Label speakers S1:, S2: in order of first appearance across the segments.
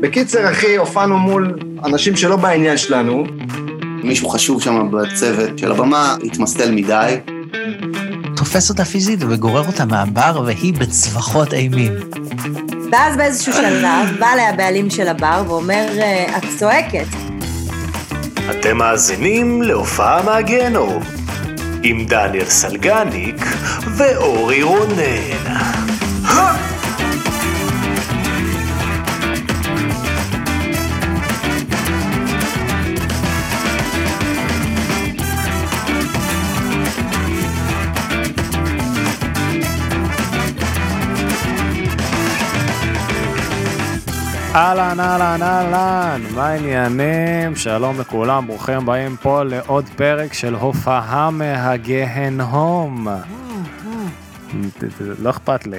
S1: בקיצר, אחי, הופענו מול אנשים שלא בעניין שלנו.
S2: מישהו חשוב שם בצוות של הבמה התמסטל מדי.
S3: תופס אותה פיזית וגורר אותה מהבר, והיא בצווחות אימים.
S4: ואז באיזשהו שלב בא אליה הבעלים של הבר ואומר, "אה, את צועקת.
S5: אתם מאזינים להופעה מהגיהנום, עם דניאל סלגניק ואורי רונן.
S6: אהלן, אהלן, אהלן, מה העניינים? שלום לכולם, ברוכים הבאים פה לעוד פרק של הופעה מהגהנום. לא אכפת לי,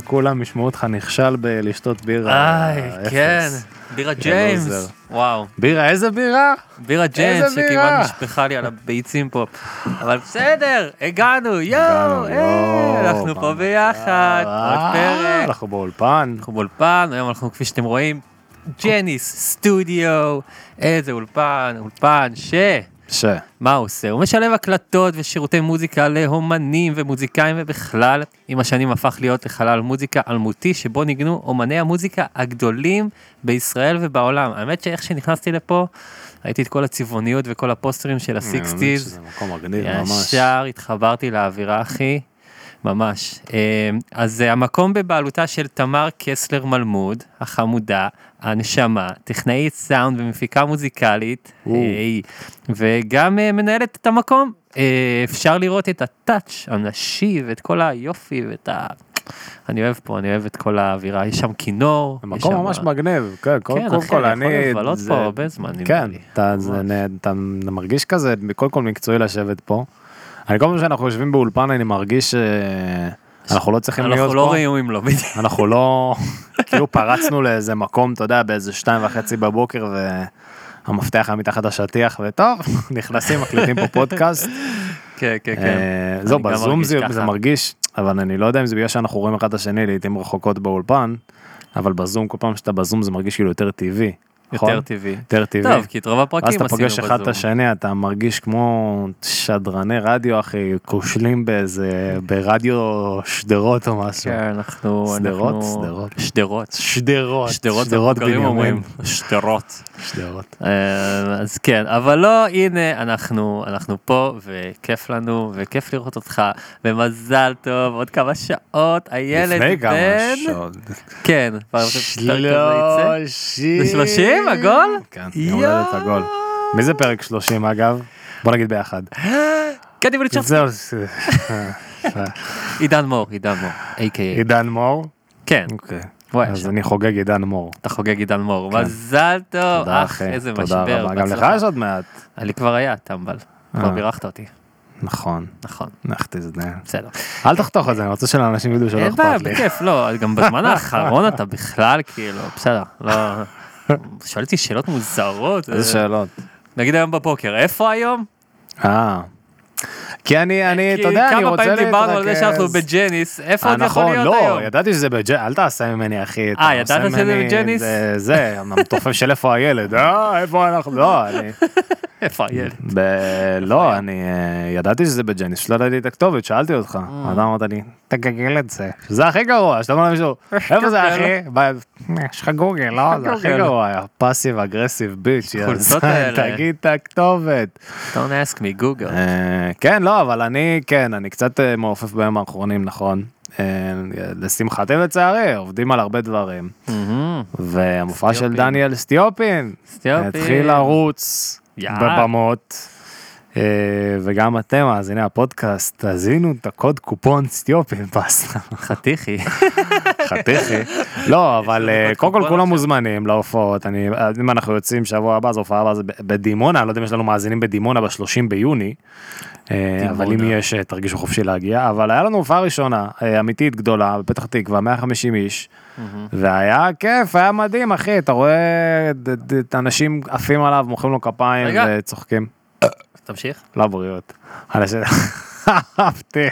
S6: שכולם ישמעו אותך נכשל בלשתות בירה.
S7: איי,
S6: אה, אפס.
S7: כן, בירה
S6: לא
S7: ג'יימס.
S6: עוזר.
S7: וואו,
S6: בירה, איזה בירה?
S7: בירה ג'יימס
S6: איזה בירה?
S7: שכמעט נשפכה לי על הביצים פה. אבל בסדר, הגענו, יואו,
S6: הגענו, יואו,
S7: אה, אנחנו פה
S6: ממש.
S7: ביחד, עוד
S6: אה,
S7: פרק.
S6: אנחנו באולפן.
S7: אנחנו באולפן, היום אנחנו, כפי שאתם רואים, ג'ניס סטודיו, איזה אולפן, אולפן ש...
S6: ש...
S7: מה הוא עושה? הוא משלב הקלטות ושירותי מוזיקה להומנים ומוזיקאים ובכלל, עם השנים הפך להיות לחלל מוזיקה אלמותי שבו ניגנו אומני המוזיקה הגדולים בישראל ובעולם. האמת שאיך שנכנסתי לפה, ראיתי את כל הצבעוניות וכל הפוסטרים של
S6: אה, האמת שזה
S7: הסיקסטיז,
S6: מקום מגניב ממש.
S7: ישר אה, התחברתי לאווירה אחי, ממש. אה, אז אה, המקום בבעלותה של תמר קסלר מלמוד, החמודה, הנשמה, טכנאית סאונד ומפיקה מוזיקלית, היי, וגם אה, מנהלת את המקום. אה, אפשר לראות את הטאץ' הנשי ואת כל היופי ואת ה... אני אוהב פה, אני אוהב את כל האווירה, יש שם כינור. יש
S6: מקום
S7: שם-
S6: ממש מגניב, כן,
S7: כן,
S6: קודם כל,
S7: אחי,
S6: כל,
S7: אני
S6: אני...
S7: יכול לבלות
S6: זה-
S7: פה הרבה זמן, נראה
S6: כן,
S7: לי.
S6: אתה זה
S7: ממש.
S6: נה- אתה מרגיש כזה, קודם כל מקצועי לשבת פה. אני כל פעם שאנחנו יושבים באולפן, אני מרגיש שאנחנו לא צריכים להיות
S7: אנחנו
S6: פה.
S7: לא ראויים לו, בדיוק.
S6: אנחנו לא... כאילו פרצנו לאיזה מקום, אתה יודע, באיזה שתיים וחצי בבוקר, והמפתח היה מתחת השטיח, וטוב, נכנסים, מקליטים פה פודקאסט.
S7: כן, כן, כן.
S6: אה,
S7: אני
S6: זהו,
S7: גם
S6: בזום
S7: מרגיש
S6: זה
S7: ככה.
S6: זה מרגיש, אבל אני לא יודע אם זה בגלל שאנחנו רואים אחד את השני לעיתים רחוקות באולפן, אבל בזום, כל פעם שאתה בזום זה מרגיש כאילו יותר טבעי. נכון?
S7: יותר טבעי.
S6: יותר טבעי.
S7: טוב, כי את רוב הפרקים
S6: ואז
S7: עשינו
S6: אתה
S7: בזום.
S6: פוגש אחד את השני, אתה מרגיש כמו שדרני רדיו, אחי, כושלים באיזה, ברדיו שדרות או משהו.
S7: כן, אנחנו...
S6: שדרות?
S7: אנחנו-
S6: שדרות.
S7: שדרות.
S6: שדרות.
S7: שדרות, שדרות בנימין. אומרים, שדרות.
S6: שדרות.
S7: אה, אז כן, אבל לא, הנה, אנחנו, אנחנו פה, וכיף לנו, וכיף לראות אותך, ומזל טוב, עוד כמה שעות, הילד בן...
S6: לפני כמה שעות.
S7: כן, כבר הפרק הזה יצא.
S6: שלושים.
S7: זה שלושים, עגול?
S6: כן, יום הולדת
S7: יואו.
S6: עגול. מי זה פרק שלושים אגב? בוא נגיד ביחד.
S7: קדימה לצ'אפ,
S6: זהו, זה-
S7: עידן מור, עידן מור, a.k.a.
S6: עידן מור.
S7: כן,
S6: אה, אוקיי.
S7: וואי,
S6: אז אני חוגג עידן מור.
S7: אתה חוגג עידן מור, מזל טוב,
S6: כן. תודה
S7: אח,
S6: אחי.
S7: איזה
S6: תודה
S7: משבר,
S6: רבה. גם לך
S7: בהצלחה.
S6: יש עוד מעט.
S7: אני כבר היה, טמבל, כבר
S6: אה.
S7: בירכת אותי,
S6: נכון.
S7: נכון,
S6: לך תזדהן.
S7: בסדר.
S6: אל תחתוך את זה, אני רוצה שלאנשים ידעו שלא
S7: אין
S6: אכפת לי.
S7: בעיה, בכיף, לא, גם בזמן האחרון אתה בכלל, כאילו, בסדר, לא... שואל אותי שאלות מוזרות.
S6: איזה
S7: אה,
S6: שאלות.
S7: נגיד היום בבוקר, איפה היום?
S6: אה. כי אני, אני, אה,
S7: כי
S6: אתה יודע, אני
S7: כמה
S6: רוצה להתרכז.
S7: פעמים דיברנו על זה שאנחנו בג'ניס, איפה עוד יכול
S6: נכון,
S7: להיות
S6: לא,
S7: היום?
S6: ידעתי שזה בג'ניס, אל תעשה ממני אחי. אתה
S7: אה, ידעת
S6: עושה
S7: שזה
S6: ממני-
S7: בג'ניס?
S6: זה- זה, המתופף של איפה הילד, אה, איפה אנחנו, לא, אני,
S7: איפה הילד?
S6: ב- לא, אני אה, ידעתי שזה בג'ניס, שלא ידעתי את הכתובת, שאלתי אותך,
S7: אה.
S6: אתה אמרת לי, תגגל את זה, שזה הכי גרוע, שאתה אומר למישהו, איפה זה אחי? ב- יש לך גוגל, לא, זה הכי גרוע, פאסיב אגרסיב ביץ', יא
S7: החולצות
S6: זין,
S7: האלה. אה.
S6: תגיד את הכתובת.
S7: Don't ask me, גוגל.
S6: אה, כן, לא, אבל אני, כן, אני קצת אה, מעופף בימים האחרונים, נכון. אה, לשמחתי ולצערי, עובדים על הרבה דברים. והמופע של
S7: סטיופין.
S6: דניאל סטיופין,
S7: סטיופין.
S6: התחיל לרוץ
S7: יאללה.
S6: בבמות. אה, וגם אתם, אז הנה הפודקאסט, תאזינו את הקוד קופון סטיופין פסטה,
S7: חתיכי.
S6: חתיכי. לא, אבל אה,
S7: קוד
S6: קודם כל
S7: קופון
S6: כולם
S7: עכשיו?
S6: מוזמנים להופעות, אני, אם אנחנו יוצאים שבוע הבא, אז הופעה הבאה זה ב- בדימונה, אני לא יודע אם יש לנו מאזינים בדימונה ב-30 ביוני, אה, אבל אם
S7: דימונה.
S6: יש, אה, תרגישו חופשי להגיע, אבל היה לנו הופעה ראשונה, אה, אמיתית גדולה, בפתח תקווה, 150 איש, והיה כיף, היה מדהים, אחי, אתה רואה את- את- את האנשים עפים עליו, מוחאים לו כפיים
S7: רגע.
S6: וצוחקים, לא
S7: תמשיך.
S6: לבריאות. אנשים- אהבתי,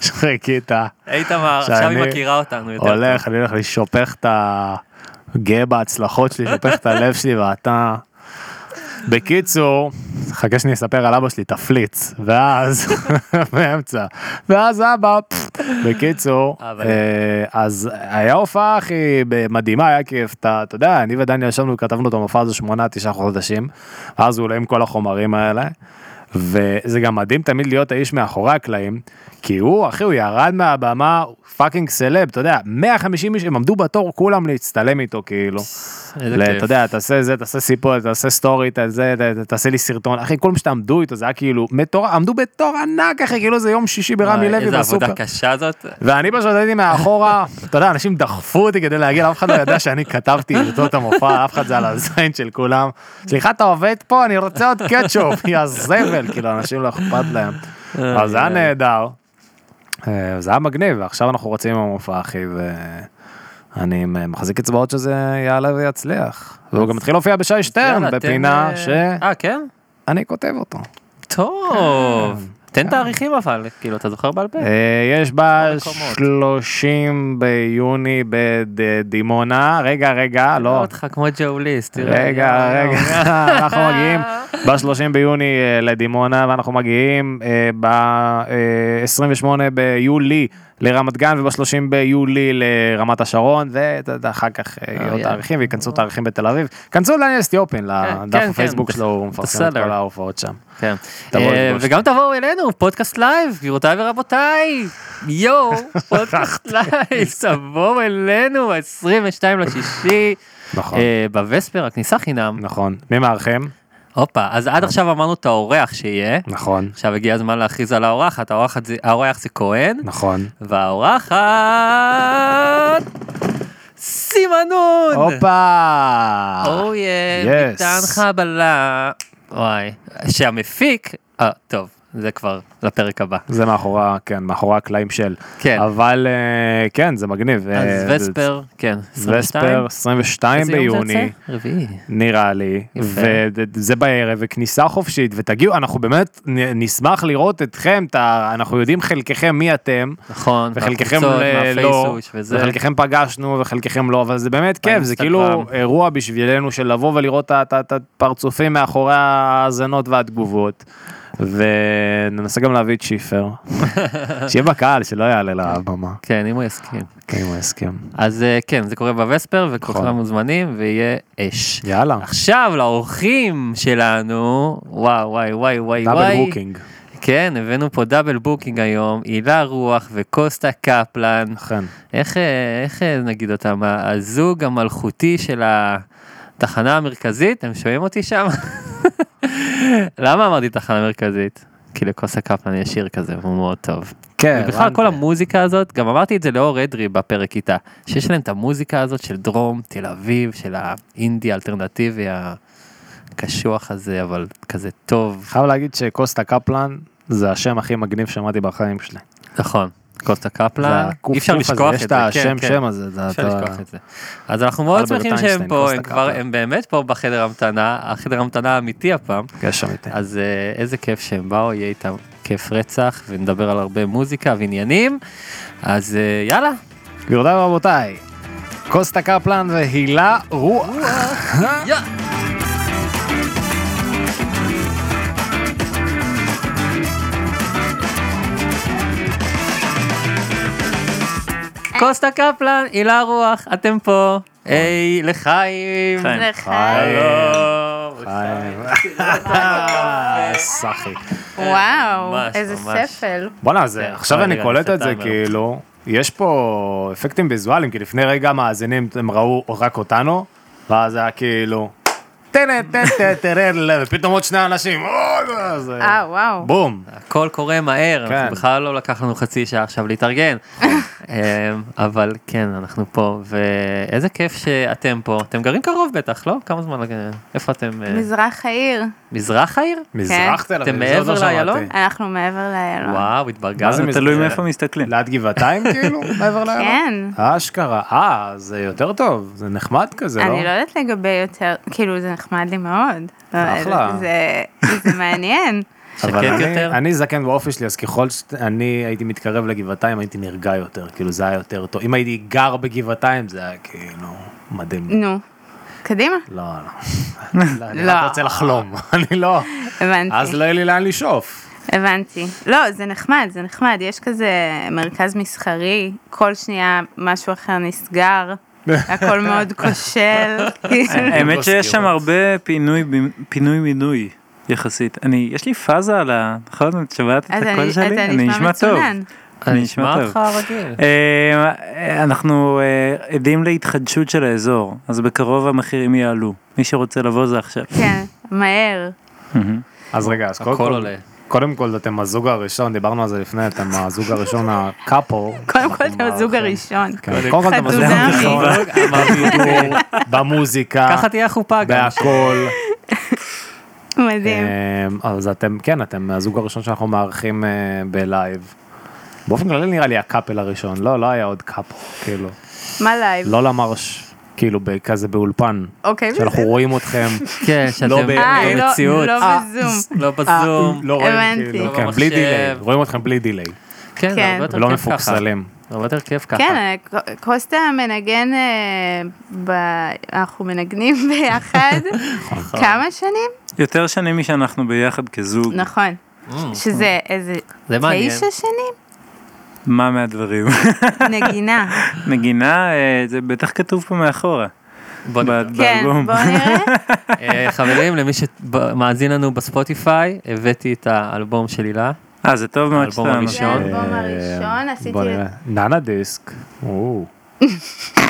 S6: שחיכית.
S7: איתמר, עכשיו
S6: שאני
S7: היא מכירה אותנו יותר.
S6: הולך, אני הולך לשופך את ה... גאה בהצלחות שלי, שופך את הלב שלי ואתה... בקיצור, חכה שאני אספר על אבא שלי, תפליץ, ואז, באמצע, ואז אבא, פפפ. בקיצור,
S7: אבל-
S6: אה, אז היה הופעה הכי מדהימה, היה כיף, אתה אתה יודע, אני ודניאל ישבנו, כתבנו את המופע הזה שמונה, תשעה חודשים, אז הוא עולה עם כל החומרים האלה. וזה גם מדהים תמיד להיות האיש מאחורי הקלעים, כי הוא, אחי, הוא ירד מהבמה, פאקינג סלב, אתה יודע, 150 איש, הם עמדו בתור כולם להצטלם איתו, כאילו.
S7: איזה
S6: ל-
S7: כיף.
S6: אתה יודע, תעשה זה, תעשה סיפור, תעשה סטורי, תעשה, ת- תעשה לי סרטון. אחי, כל מה שעמדו איתו, זה היה כאילו מטורף, עמדו בתור ענק, אחי, כאילו זה יום שישי ברמי
S7: וואי,
S6: לוי
S7: איזה
S6: בסופר. כן,
S7: עבודה קשה זאת.
S6: ואני פשוט הייתי מאחורה, אתה יודע, אנשים דחפו אותי כדי להגיע, אף אחד לא ידע שאני כתבתי איתו את המופע, אף אחד זה על הזין של כולם. סליחה, אתה עובד פה, אני רוצה עוד קטשופ, יא זבל, כאילו, אנשים לא אכפת להם. אז זה היה נהדר. אה, זה היה מגניב, ועכשיו אנחנו רוצים עם המופע, אחי, ואני אה, מחזיק אצבעות שזה יעלה ויצליח. והוא גם התחיל להופיע בשי
S7: יאללה,
S6: שטרן,
S7: תן,
S6: בפינה
S7: אה,
S6: שאני
S7: אה, כן?
S6: כותב אותו.
S7: טוב. תן תאריכים אבל, כאילו, אתה זוכר בעל פה?
S6: כן, אה, יש בה
S7: מקומות.
S6: 30 ביוני בדימונה, רגע רגע,
S7: לא.
S6: לא,
S7: אותך כמו ג'אוליסט, תראה.
S6: רגע רגע, אנחנו מגיעים ב-30 ביוני אה, לדימונה ואנחנו מגיעים ב-28 ביולי לרמת גן וב-30 ביולי לרמת השרון ואחר כך אה, יהיו
S7: אוי,
S6: תאריכים וייכנסו תאריכים בתל אביב. כנסו לעניין אסטיופין, לדף
S7: כן,
S6: הפייסבוק
S7: כן,
S6: שלו, הוא מפרסם את
S7: בסדר.
S6: כל ההופעות שם.
S7: כן.
S6: תבואו
S7: אה,
S6: לפגוש.
S7: וגם תבואו אלינו, פודקאסט לייב, גבירותיי ורבותיי, יואו, פודקאסט לייב, תבואו אלינו, 22 לשישי,
S6: נכון,
S7: אה, בווספר, הכניסה חינם.
S6: נכון. מי מארחם?
S7: הופה, אז עד עכשיו אמרנו את האורח שיהיה,
S6: נכון,
S7: עכשיו הגיע הזמן להכריז על האורחת, האורחת זה- האורח זה כהן,
S6: נכון.
S7: והאורחת, סימנון!
S6: הופה!
S7: אויה,
S6: Yes.
S7: מטען חבלה. וואי, שהמפיק, אה, טוב, זה כבר לפרק הבא.
S6: זה מאחורי, כן, מאחורי הקלעים של.
S7: כן.
S6: אבל אה, כן, זה מגניב.
S7: אז
S6: אה,
S7: וספר, כן,
S6: זה- וספר, 22
S7: איזה יום
S6: ביוני,
S7: זה יוצא? רביעי.
S6: נראה לי,
S7: יפה.
S6: וזה בערב, וכניסה חופשית, ותגיעו, אנחנו באמת נ- נשמח לראות אתכם, את ה- אנחנו יודעים חלקכם מי אתם,
S7: נכון,
S6: וחלקכם
S7: מהקבוצות,
S6: ל- לא,
S7: מהפייסבוש וזה.
S6: וחלקכם פגשנו וחלקכם לא, אבל זה באמת כיף, זה כאילו
S7: באינסטגרם.
S6: אירוע בשבילנו של לבוא ולראות את ה- את ה- את הפרצופים מאחורי ההאזנות והתגובות. וננסה גם להביא את שיפר, שיהיה בקהל, שלא יעלה לבמה,
S7: כן, אם הוא יסכים.
S6: כן, אם הוא יסכים.
S7: אז אה, כן, זה קורה בווספר, וכולכם
S6: נכון.
S7: מוזמנים, ויהיה אש.
S6: יאללה,
S7: עכשיו לאורחים שלנו, וואו וואי וואי וואי
S6: דאבל
S7: וואי.
S6: בוקינג,
S7: כן, הבאנו פה דאבל בוקינג היום, הילה רוח וקוסטה קפלן.
S6: אכן.
S7: איך, אה, איך אה, נגיד אותם, ה- הזוג המלכותי של התחנה המרכזית, אתם שומעים אותי שם? למה אמרתי תחנה מרכזית? כי לקוסה קפלן יש שיר כזה, והוא מאוד טוב.
S6: כן,
S7: ובכלל כל המוזיקה הזאת, גם אמרתי את זה לאור אדרי בפרק איתה, שיש להם את המוזיקה הזאת של דרום תל אביב, של האינדי האלטרנטיבי הקשוח הזה, אבל כזה טוב.
S6: חייב להגיד שקוסטה קפלן זה השם הכי מגניב שמעתי בחיים שלי.
S7: נכון, קוסטה
S6: זה
S7: קפלן,
S6: הקוף-
S7: אי אפשר
S6: קוף הזה,
S7: לשכוח את זה.
S6: יש את השם
S7: כן, כן.
S6: שם הזה, זה
S7: אפשר
S6: אתה-
S7: לשכוח את זה. אז אנחנו מאוד
S6: אלברט
S7: שמחים שהם
S6: איינשטיין,
S7: פה,
S6: קוסטה
S7: הם כבר,
S6: קפלן.
S7: הם באמת פה בחדר המתנה, החדר המתנה האמיתי הפעם,
S6: יש אמיתי.
S7: אז אה, איזה כיף שהם באו, יהיה איתם כיף רצח, ונדבר על הרבה מוזיקה ועניינים, אז אה, יאללה,
S6: גבירותיי ורבותיי, קוסטה קפלן והילה רוח.
S7: יא! קוסטה קפלן, הילה רוח, אתם פה.
S6: נכון.
S7: היי, לחיים. שלום.
S6: חיים. אה, סחי.
S8: וואו,
S7: ממש,
S8: איזה
S7: ממש.
S8: ספל.
S6: בואנה,
S9: כן,
S6: זה- עכשיו
S7: חיים,
S6: אני
S7: רגע,
S6: קולט את זה
S7: סתם,
S6: כאילו, יש פה אפקטים ויזואליים, כי לפני רגע המאזינים הם ראו רק אותנו, ואז היה כאילו... טנה, טנה, טנה, טנה, ופתאום עוד שני אנשים, אוי, אז-
S8: אה, וואו.
S6: בום.
S7: הכל קורה מהר,
S6: כן. נכון.
S7: אנחנו בכלל לא לקח לנו חצי שעה עכשיו להתארגן. אמ, אבל כן, אנחנו פה, ואיזה כיף שאתם פה. אתם גרים קרוב בטח, לא? כמה זמן? אה, איפה אתם? אה,
S8: מזרח העיר.
S7: מזרח העיר?
S6: מזרח תל אביב,
S7: אתם
S6: זה עוד לא
S7: מעבר
S6: שמעתי.
S7: לאיילון?
S8: אנחנו מעבר לאיילון.
S7: וואו,
S6: זה
S7: התברגרנו.
S6: מזרח?
S9: תלוי מאיפה מסתכלים.
S6: ליד גבעתיים כאילו? מעבר לים?
S8: כן.
S6: אשכרה, אה, זה יותר טוב, זה נחמד כזה, לא?
S8: אני לא יודעת לגבי יותר, כאילו זה נחמד לי מאוד.
S6: אחלה.
S8: זה- זה מעניין.
S7: שקט
S6: אני-
S7: יותר?
S6: אני זקן באופי שלי, אז ככל שאני הייתי מתקרב לגבעתיים, הייתי נרגע יותר, כאילו זה היה יותר טוב. אם הייתי גר בגבעתיים, זה היה כאילו מדהים.
S8: נו, קדימה,
S6: לא, לא. לא, אני רק
S8: לא. אוקיי.
S6: רוצה לחלום, אני לא. אז
S8: הבנתי,
S6: לא יהיה לי לאן לשאוף.
S8: הבנתי. לא, זה נחמד, זה נחמד, יש כזה מרכז מסחרי, כל שנייה משהו אחר נסגר, הכל מאוד כושל, כאילו.
S6: אה,
S9: האמת
S6: לא
S9: שיש שם הרבה פינוי פינוי מינוי יחסית. אני, יש לי פאזה על ה... נכון? את שומעת את
S8: אז
S9: הקול
S8: אני-
S9: שלי?
S8: אתה
S9: אני
S8: נשמע
S9: נשמע טוב.
S8: מצונן.
S9: אני נשמע טוב.
S7: אותך רגיל.
S9: אה, אנחנו אה, עדים להתחדשות של האזור, אז בקרוב המחירים יעלו. מי שרוצה לבוא זה עכשיו.
S8: כן, מהר.
S6: אז רגע, אז קודם
S7: הכל
S6: כל,
S7: עולה.
S6: קודם כל אתם הזוג הראשון, דיברנו על זה לפני, אתם הזוג הראשון הקאפו.
S8: קודם כל אתם הזוג הראשון.
S6: כן, קודם כל אתם הזוג
S8: חתונמי.
S6: הראשון, בבידור, במוזיקה,
S7: "אוקיי, ככה תהיה החופה גם.
S6: בהכל.
S8: מדהים.
S6: אמ, אז אתם, כן, אתם הזוג הראשון שאנחנו מארחים אה, בלייב. באופן כללי נראה לי הקאפל הראשון, לא, לא היה עוד קאפו, כאילו.
S8: מה לייב?
S6: לא למרש, כאילו, ב- כזה באולפן.
S8: אוקיי,
S6: שאנחנו רואים אתכם,
S7: כן,
S6: לא
S7: שאתם
S6: ב-
S8: אה, לא-
S7: במציאות.
S8: לא
S7: אה,
S8: בזום.
S7: לא בזום.
S6: לא רואים,
S8: הבנתי.
S6: כאילו,
S7: לא
S6: כן, בלי
S7: במחשב.
S6: דיליי, רואים אתכם בלי דיליי,
S7: כן, זה
S8: כן.
S7: הרבה יותר
S6: ולא
S7: כיף ככה.
S6: לא מפוקסלים.
S7: זה הרבה יותר כיף ככה.
S8: כן, אה, קוסטה מנגן, אה, ב- אנחנו מנגנים ביחד
S6: נכון.
S8: כמה שנים?
S9: יותר שנים משאנחנו ביחד כזוג,
S8: נכון. שזה איזה
S7: Mm. זה מעניין.
S8: תשע שנים?
S9: מה מהדברים?
S8: נגינה.
S9: נגינה, אה, זה בטח כתוב פה מאחורה.
S7: בוא נ-
S9: ב-
S8: כן,
S9: באלבום.
S8: בואו נראה.
S7: אה, חברים, למי שמאזין לנו בספוטיפיי, הבאתי את האלבום של הילה.
S9: אה, זה טוב מאוד
S7: האלבום
S9: שאתה...
S8: זה
S7: הראשון.
S8: האלבום הראשון, עשיתי...
S6: אה, בוא נראה, ננה דיסק, או. לא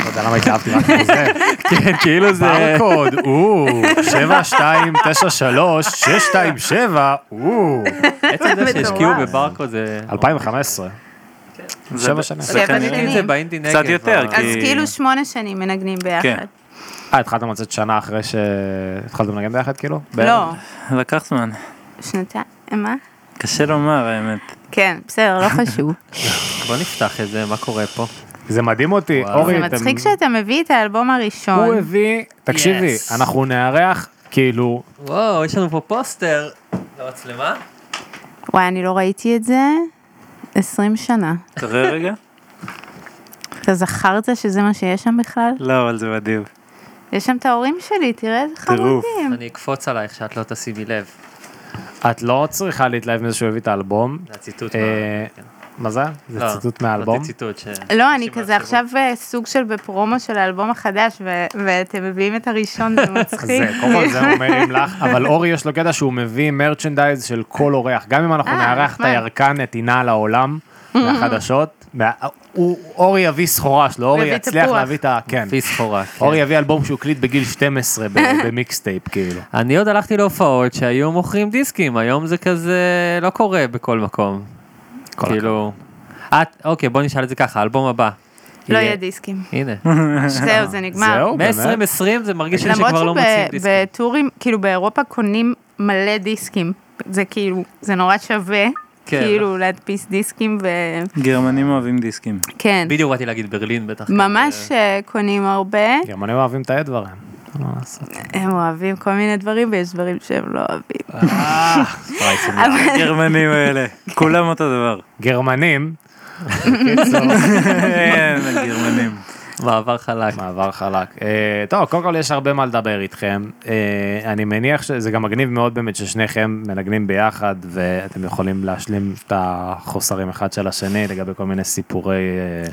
S6: יודע למה התאהבתי רק בזה.
S7: כן, כאילו זה...
S6: ברקוד, או, 7293, 627, או.
S7: עצם זה שהשקיעו
S8: מטורף.
S7: בברקוד זה...
S6: 2015.
S9: זה-
S6: שבע שנים.
S8: שבע
S9: לכן-
S8: שנים.
S7: קניתי את זה באינדי נגב.
S9: קצת יותר,
S7: אבל-
S8: אז
S9: כי-
S8: כאילו שמונה שנים מנגנים ביחד.
S9: כן.
S6: אה, התחלתם לצאת שנה אחרי שהתחלתם לנגן ביחד כאילו?
S8: לא,
S9: לקח זמן.
S8: שנתיים, מה?
S9: קשה לומר האמת.
S8: כן, בסדר, לא חשוב.
S7: בוא נפתח את זה, מה קורה פה?
S6: זה מדהים אותי,
S7: וואו.
S6: אורי,
S8: זה
S6: אוקיי, אתם-
S8: מצחיק שאתה מביא את האלבום
S6: הוא
S8: הראשון.
S6: הביא, תקשיבי,
S7: Yes.
S6: אנחנו נארח, כאילו,
S7: וואו, יש לנו פה פוסטר. במצלמה?
S8: וואי, אני לא ראיתי את זה 20 שנה.
S9: תראה רגע.
S8: אתה זכרת שזה מה שיש שם בכלל?
S9: לא, אבל זה מדהים.
S8: יש שם את ההורים שלי, תראה איזה
S9: טירוף.
S8: חמודים.
S7: אני אקפוץ עלייך שאת לא תשימי לב.
S6: את לא צריכה להתלהב מזה שהוא הביא את האלבום.
S7: זה הציטוט.
S6: אה,
S7: מה-
S6: מה זה? זה
S7: לא,
S6: ציטוט מהאלבום?
S7: נוציא ציטוט ש...
S8: לא, אני
S7: אנשים
S8: כזה
S7: יחשבו.
S8: עכשיו אה, סוג של בפרומו של האלבום החדש, ו- ואתם מביאים את הראשון, זה מצחיק.
S6: זה, קודם כל זה אומרים לך, אבל אורי יש לו קטע שהוא מביא מרצ'נדייז של כל אורח, גם אם אנחנו
S8: אה,
S6: נארח את
S8: נחמד.
S6: הירקן, את עינה לעולם, מהחדשות, מה- הוא- אורי יביא סחורה שלו, אורי
S8: יביא
S6: יצליח
S8: תפוח.
S6: להביא את ה... כן.
S7: לפי סחורה. כן.
S6: אורי יביא אלבום שהוא הקליט בגיל 12 ב- במיקסטייפ, כאילו.
S7: אני עוד הלכתי להופעות שהיו מוכרים דיסקים, היום זה כזה לא קורה בכל מקום.
S6: כל
S7: כאילו... את, אוקיי, בוא נשאל את זה ככה, האלבום הבא.
S8: לא
S7: יהיה-
S8: יהיה דיסקים.
S7: הנה.
S8: זהו, זה נגמר.
S6: זהו, באמת?
S7: מ-2020 זה מרגיש לי שכבר לא
S8: למרות
S7: מוציאים דיסקים.
S8: שבטורים, כאילו באירופה קונים מלא דיסקים. זה כאילו, זה נורא שווה,
S7: כן.
S8: כאילו להדפיס דיסקים ו...
S9: גרמנים אוהבים דיסקים.
S8: כן.
S7: בדיוק באתי להגיד ברלין בטח.
S8: ממש אה, קונים הרבה,
S6: גרמנים אוהבים את האדוור. הם. מה לעשות?
S8: הם אוהבים כל מיני דברים ויש דברים שהם לא אוהבים.
S9: גרמנים האלה. כולם אותו דבר.
S6: גרמנים,
S9: כן, הגרמנים.
S7: כן, אה, מעבר חלק.
S6: מעבר חלק. אה, טוב, קודם כל יש הרבה מה לדבר איתכם. אה, אני מניח שזה גם מגניב מאוד באמת ששניכם מנגנים ביחד, ואתם יכולים להשלים את החוסרים אחד של השני לגבי כל מיני סיפורי אה,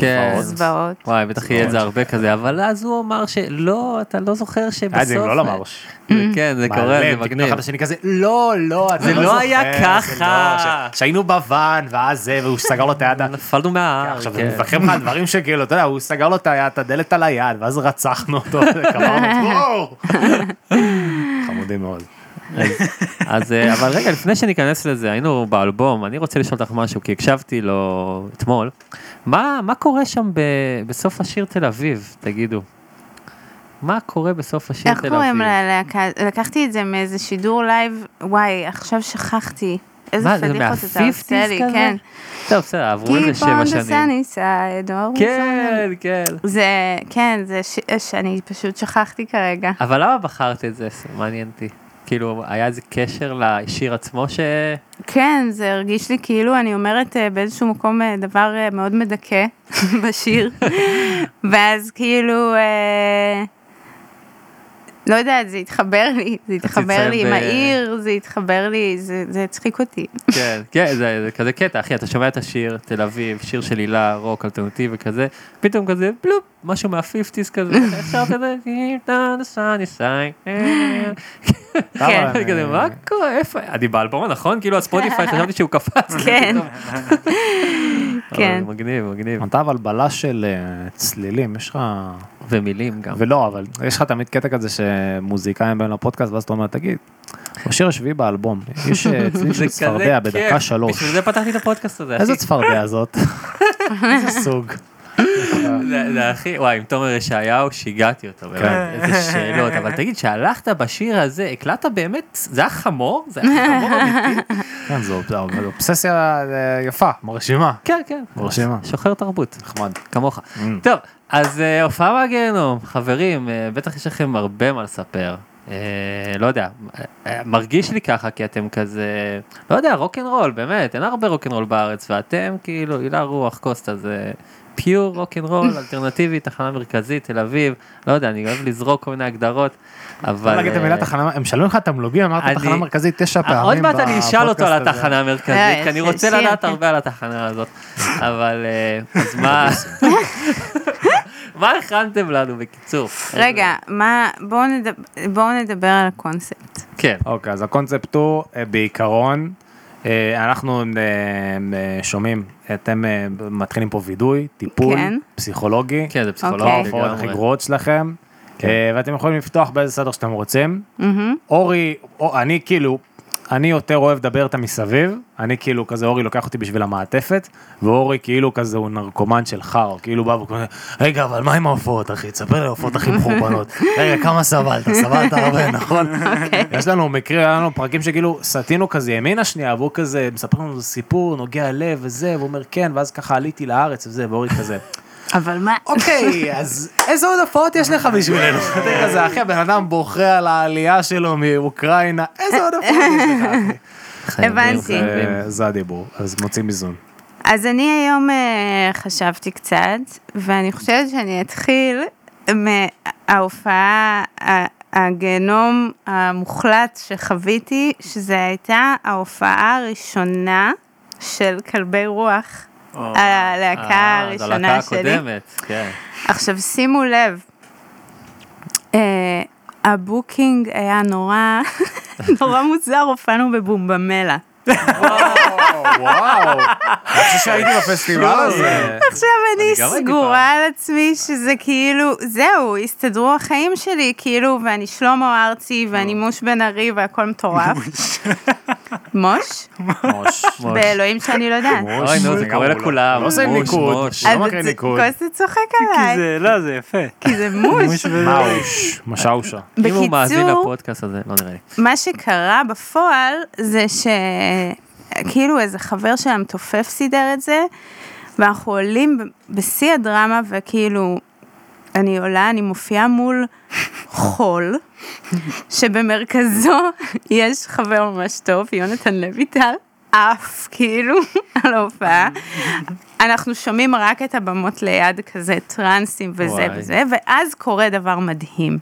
S7: כן.
S6: הופעות.
S8: זוועות.
S7: וואי, בטח יהיה את זה הרבה כזה, אבל אז הוא אמר שלא, אתה לא זוכר שבסוף...
S6: אה, זה אם לא למרש.
S7: כן, זה קורה, זה מגניב.
S6: אחד לשני כזה, לא, לא, אתה
S7: זה
S6: לא
S7: לא
S6: זוכר,
S7: היה
S6: זה
S7: ככה."
S6: לא, ש- שהיינו בוואן, ואז זה, והוא סגר לו את היד.
S7: נפלנו מההר,
S6: עכשיו,
S7: כן.
S6: הם מבקרים לך על דברים שכאילו, אתה יודע, הוא סגר לו את היד, את הדלת על היד, ואז רצחנו אותו, קברנו אותו, חמודים מאוד.
S7: אז אה, אבל רגע לפני שניכנס לזה היינו באלבום אני רוצה לשאול אותך משהו כי הקשבתי לו אתמול מה מה קורה שם ב, בסוף השיר תל אביב תגידו. מה קורה בסוף השיר
S8: איך
S7: תל
S8: קוראים
S7: אביב?
S8: ללהקה? לקחתי את זה מאיזה שידור לייב, וואי, עכשיו שכחתי. איזה
S7: מה, זה
S8: פדיחות אתה
S7: מה- 50s
S8: עושה לי,
S7: כזה?
S8: כן.
S7: טוב בסדר עברו איזה
S8: Keep
S7: שבע
S8: on the
S7: שנים.
S8: sunny side, always
S7: כן כן.
S8: on. זה, כן, זה ש- אה, שאני פשוט שכחתי כרגע.
S7: אבל למה בחרת את זה? מעניין אותי. כאילו, היה איזה קשר לשיר עצמו ש...
S8: כן, זה הרגיש לי כאילו אני אומרת אה, באיזשהו מקום אה, דבר אה, מאוד מדכא בשיר, ואז כאילו, אה, לא יודעת, זה התחבר לי, זה התחבר
S7: תצא
S8: לי עם
S7: ב-
S8: העיר, זה התחבר לי, זה זה הצחיק אותי.
S7: כן, כן, זה, זה כזה קטע, אחי, אתה שומע את השיר, תל אביב, שיר של הילה, רוק, אלטרנטיבי כזה, פתאום כזה, בלופ, משהו מהפיפטיס כזה, אפשר כזה, "Keep down the sunny side",
S8: כן.
S7: אני
S6: אה,
S7: כזה, מה קורה, איפה, אני באלבום הנכון? כאילו הספוטיפיי, חשבתי שהוא קפץ. לי
S8: כן.
S7: פתאום.
S8: כן.
S7: אבל מגניב, מגניב.
S6: אתה אבל בלש של אה, צלילים, יש לך...
S7: ומילים גם.
S6: ולא, אבל יש לך תמיד קטע כזה שמוזיקאים באים לפודקאסט, ואז אתה אומר, תגיד, בשיר השביעי באלבום, יש אה, צליל
S7: זה
S6: של
S7: כזה
S6: צפרדע
S7: כיף.
S6: בדקה שלוש.
S7: בשביל זה פתחתי את הפודקאסט הזה, אחי.
S6: איזה צפרדע זאת? איזה סוג.
S7: זה זה הכי, וואי, עם תומר ישעיהו שיגעתי אותו,
S6: כן.
S7: באמת, איזה שאלות, אבל תגיד, שהלכת בשיר הזה, הקלטת באמת, זה היה חמור? זה היה חמור אמיתי?
S6: כן, זו זו- זו אובססיה אה, יפה, מרשימה.
S7: כן, כן.
S6: מרשימה. Mm.
S7: שוחר תרבות,
S6: נחמד.
S7: כמוך. טוב, אז אה, הופעה מהגיהנום, חברים, אה, בטח יש לכם הרבה מה לספר. אה, לא יודע, אה, מרגיש לי ככה כי אתם כזה, לא יודע, רוקנרול, באמת, אין הרבה רוקנרול בארץ, ואתם כאילו, הילה רוח, אה, קוסטה, זה פיור רוקנרול, אלטרנטיבי, תחנה מרכזית, תל אביב, לא יודע, אני אוהב לזרוק כל מיני הגדרות,
S6: אפשר
S7: אבל...
S6: להגיד את המילה
S7: אה,
S6: תחנה, הם שלום לך תמלוגים, אמרת
S7: אני- אה,
S6: תחנה מרכזית תשע פעמים.
S7: עוד מעט אני אשאל אותו על
S6: בפודקאסט הזה.
S7: התחנה המרכזית,
S8: אה,
S7: כי אני
S8: ש-
S7: רוצה
S8: שיר,
S7: לדעת
S8: כן.
S7: הרבה על התחנה הזאת. אבל אה, אז מה... מה הכנתם לנו בקיצור?
S8: רגע, מה, בואו נדבר, בואו נדבר על הקונספט.
S7: כן.
S6: אוקיי, אז הקונספט הוא, אה, בעיקרון, אה, אנחנו אה, אה, שומעים, אתם אה, מתחילים פה וידוי, טיפול,
S8: כן.
S6: פסיכולוגי,
S7: כן, זה
S6: לא
S7: פסיכולוגי
S6: ההופעות הכי
S7: לגמרי.
S6: גרועות שלכם, אה, ואתם יכולים לפתוח באיזה סדר שאתם רוצים. אורי, או- אני כאילו... אני יותר אוהב לדבר את המסביב, אני כאילו כזה, אורי לוקח אותי בשביל המעטפת, ואורי כאילו כזה הוא נרקומן של חארו, כאילו בא וכזה, רגע, אבל מה עם ההופעות, אחי? תספר לי על ההופעות הכי מחורבנות. רגע, כמה סבלת? סבלת הרבה, נכון? יש לנו מקרה, היה לנו פרקים שכאילו סטינו כזה ימינה שנייה, והוא כזה מספר לנו איזה סיפור, נוגע לב וזה, והוא אומר כן, ואז ככה עליתי לארץ וזה, ואורי כזה.
S8: אבל מה,
S6: אוקיי, אז איזה עוד הפעות יש לך בשבילנו? אתה כזה, אחי, הבן אדם בוכה על העלייה שלו מאוקראינה, איזה עוד הפעות יש לך, אחי?
S7: חייבים,
S8: אוקיי, הבנתי.
S7: חייבים.
S6: אה, זה הדיבור, אז מוצאים איזון.
S8: אז אני היום אה, חשבתי קצת, ואני חושבת שאני אתחיל מההופעה, ה- הגיהנום המוחלט שחוויתי, שזו הייתה ההופעה הראשונה של כלבי רוח, הלהקה
S7: אה, זו הלהקה
S8: הראשונה שלי.
S7: הקודמת, כן.
S8: עכשיו שימו לב, אה, הבוקינג היה נורא, נורא מוזר, הופענו בבומבמלה.
S6: וואו, אני חושב שהייתי בפסטיבל
S7: אה,
S6: הזה.
S8: עכשיו אני
S7: גם הייתי
S8: סגורה על עצמי שזה כאילו, זהו, הסתדרו החיים שלי, כאילו, ואני שלמה ארצי, ואני מוש בן ארי, והכל מטורף. מוש?
S6: מוש, מוש.
S8: באלוהים שאני לא יודעת.
S7: אוי, נו, זה קורה לכולם.
S6: לא עושה
S7: מוש,
S6: ניקוד.
S7: מוש.
S6: לא
S8: אז
S6: מקריא
S8: זה-
S6: ניקוד.
S8: כוס צוחק
S9: כי
S8: עליי,
S9: זה, לא, זה יפה.
S8: אה, כי זה מוש.
S6: מאוש, משאושה.
S7: אם הוא מאזין
S8: בקיצור,
S7: לפודקאסט הזה, לא נראה לי.
S8: מה שקרה בפועל זה שכאילו איזה חבר של המתופף סידר את זה, ואנחנו עולים ב- בשיא הדרמה, וכאילו, אני עולה, אני מופיעה מול חול, שבמרכזו יש חבר ממש טוב, יונתן לויטל, עף כאילו על ההופעה. אנחנו שומעים רק את הבמות ליד כזה טרנסים וזה
S7: וואי.
S8: וזה, ואז קורה דבר מדהים.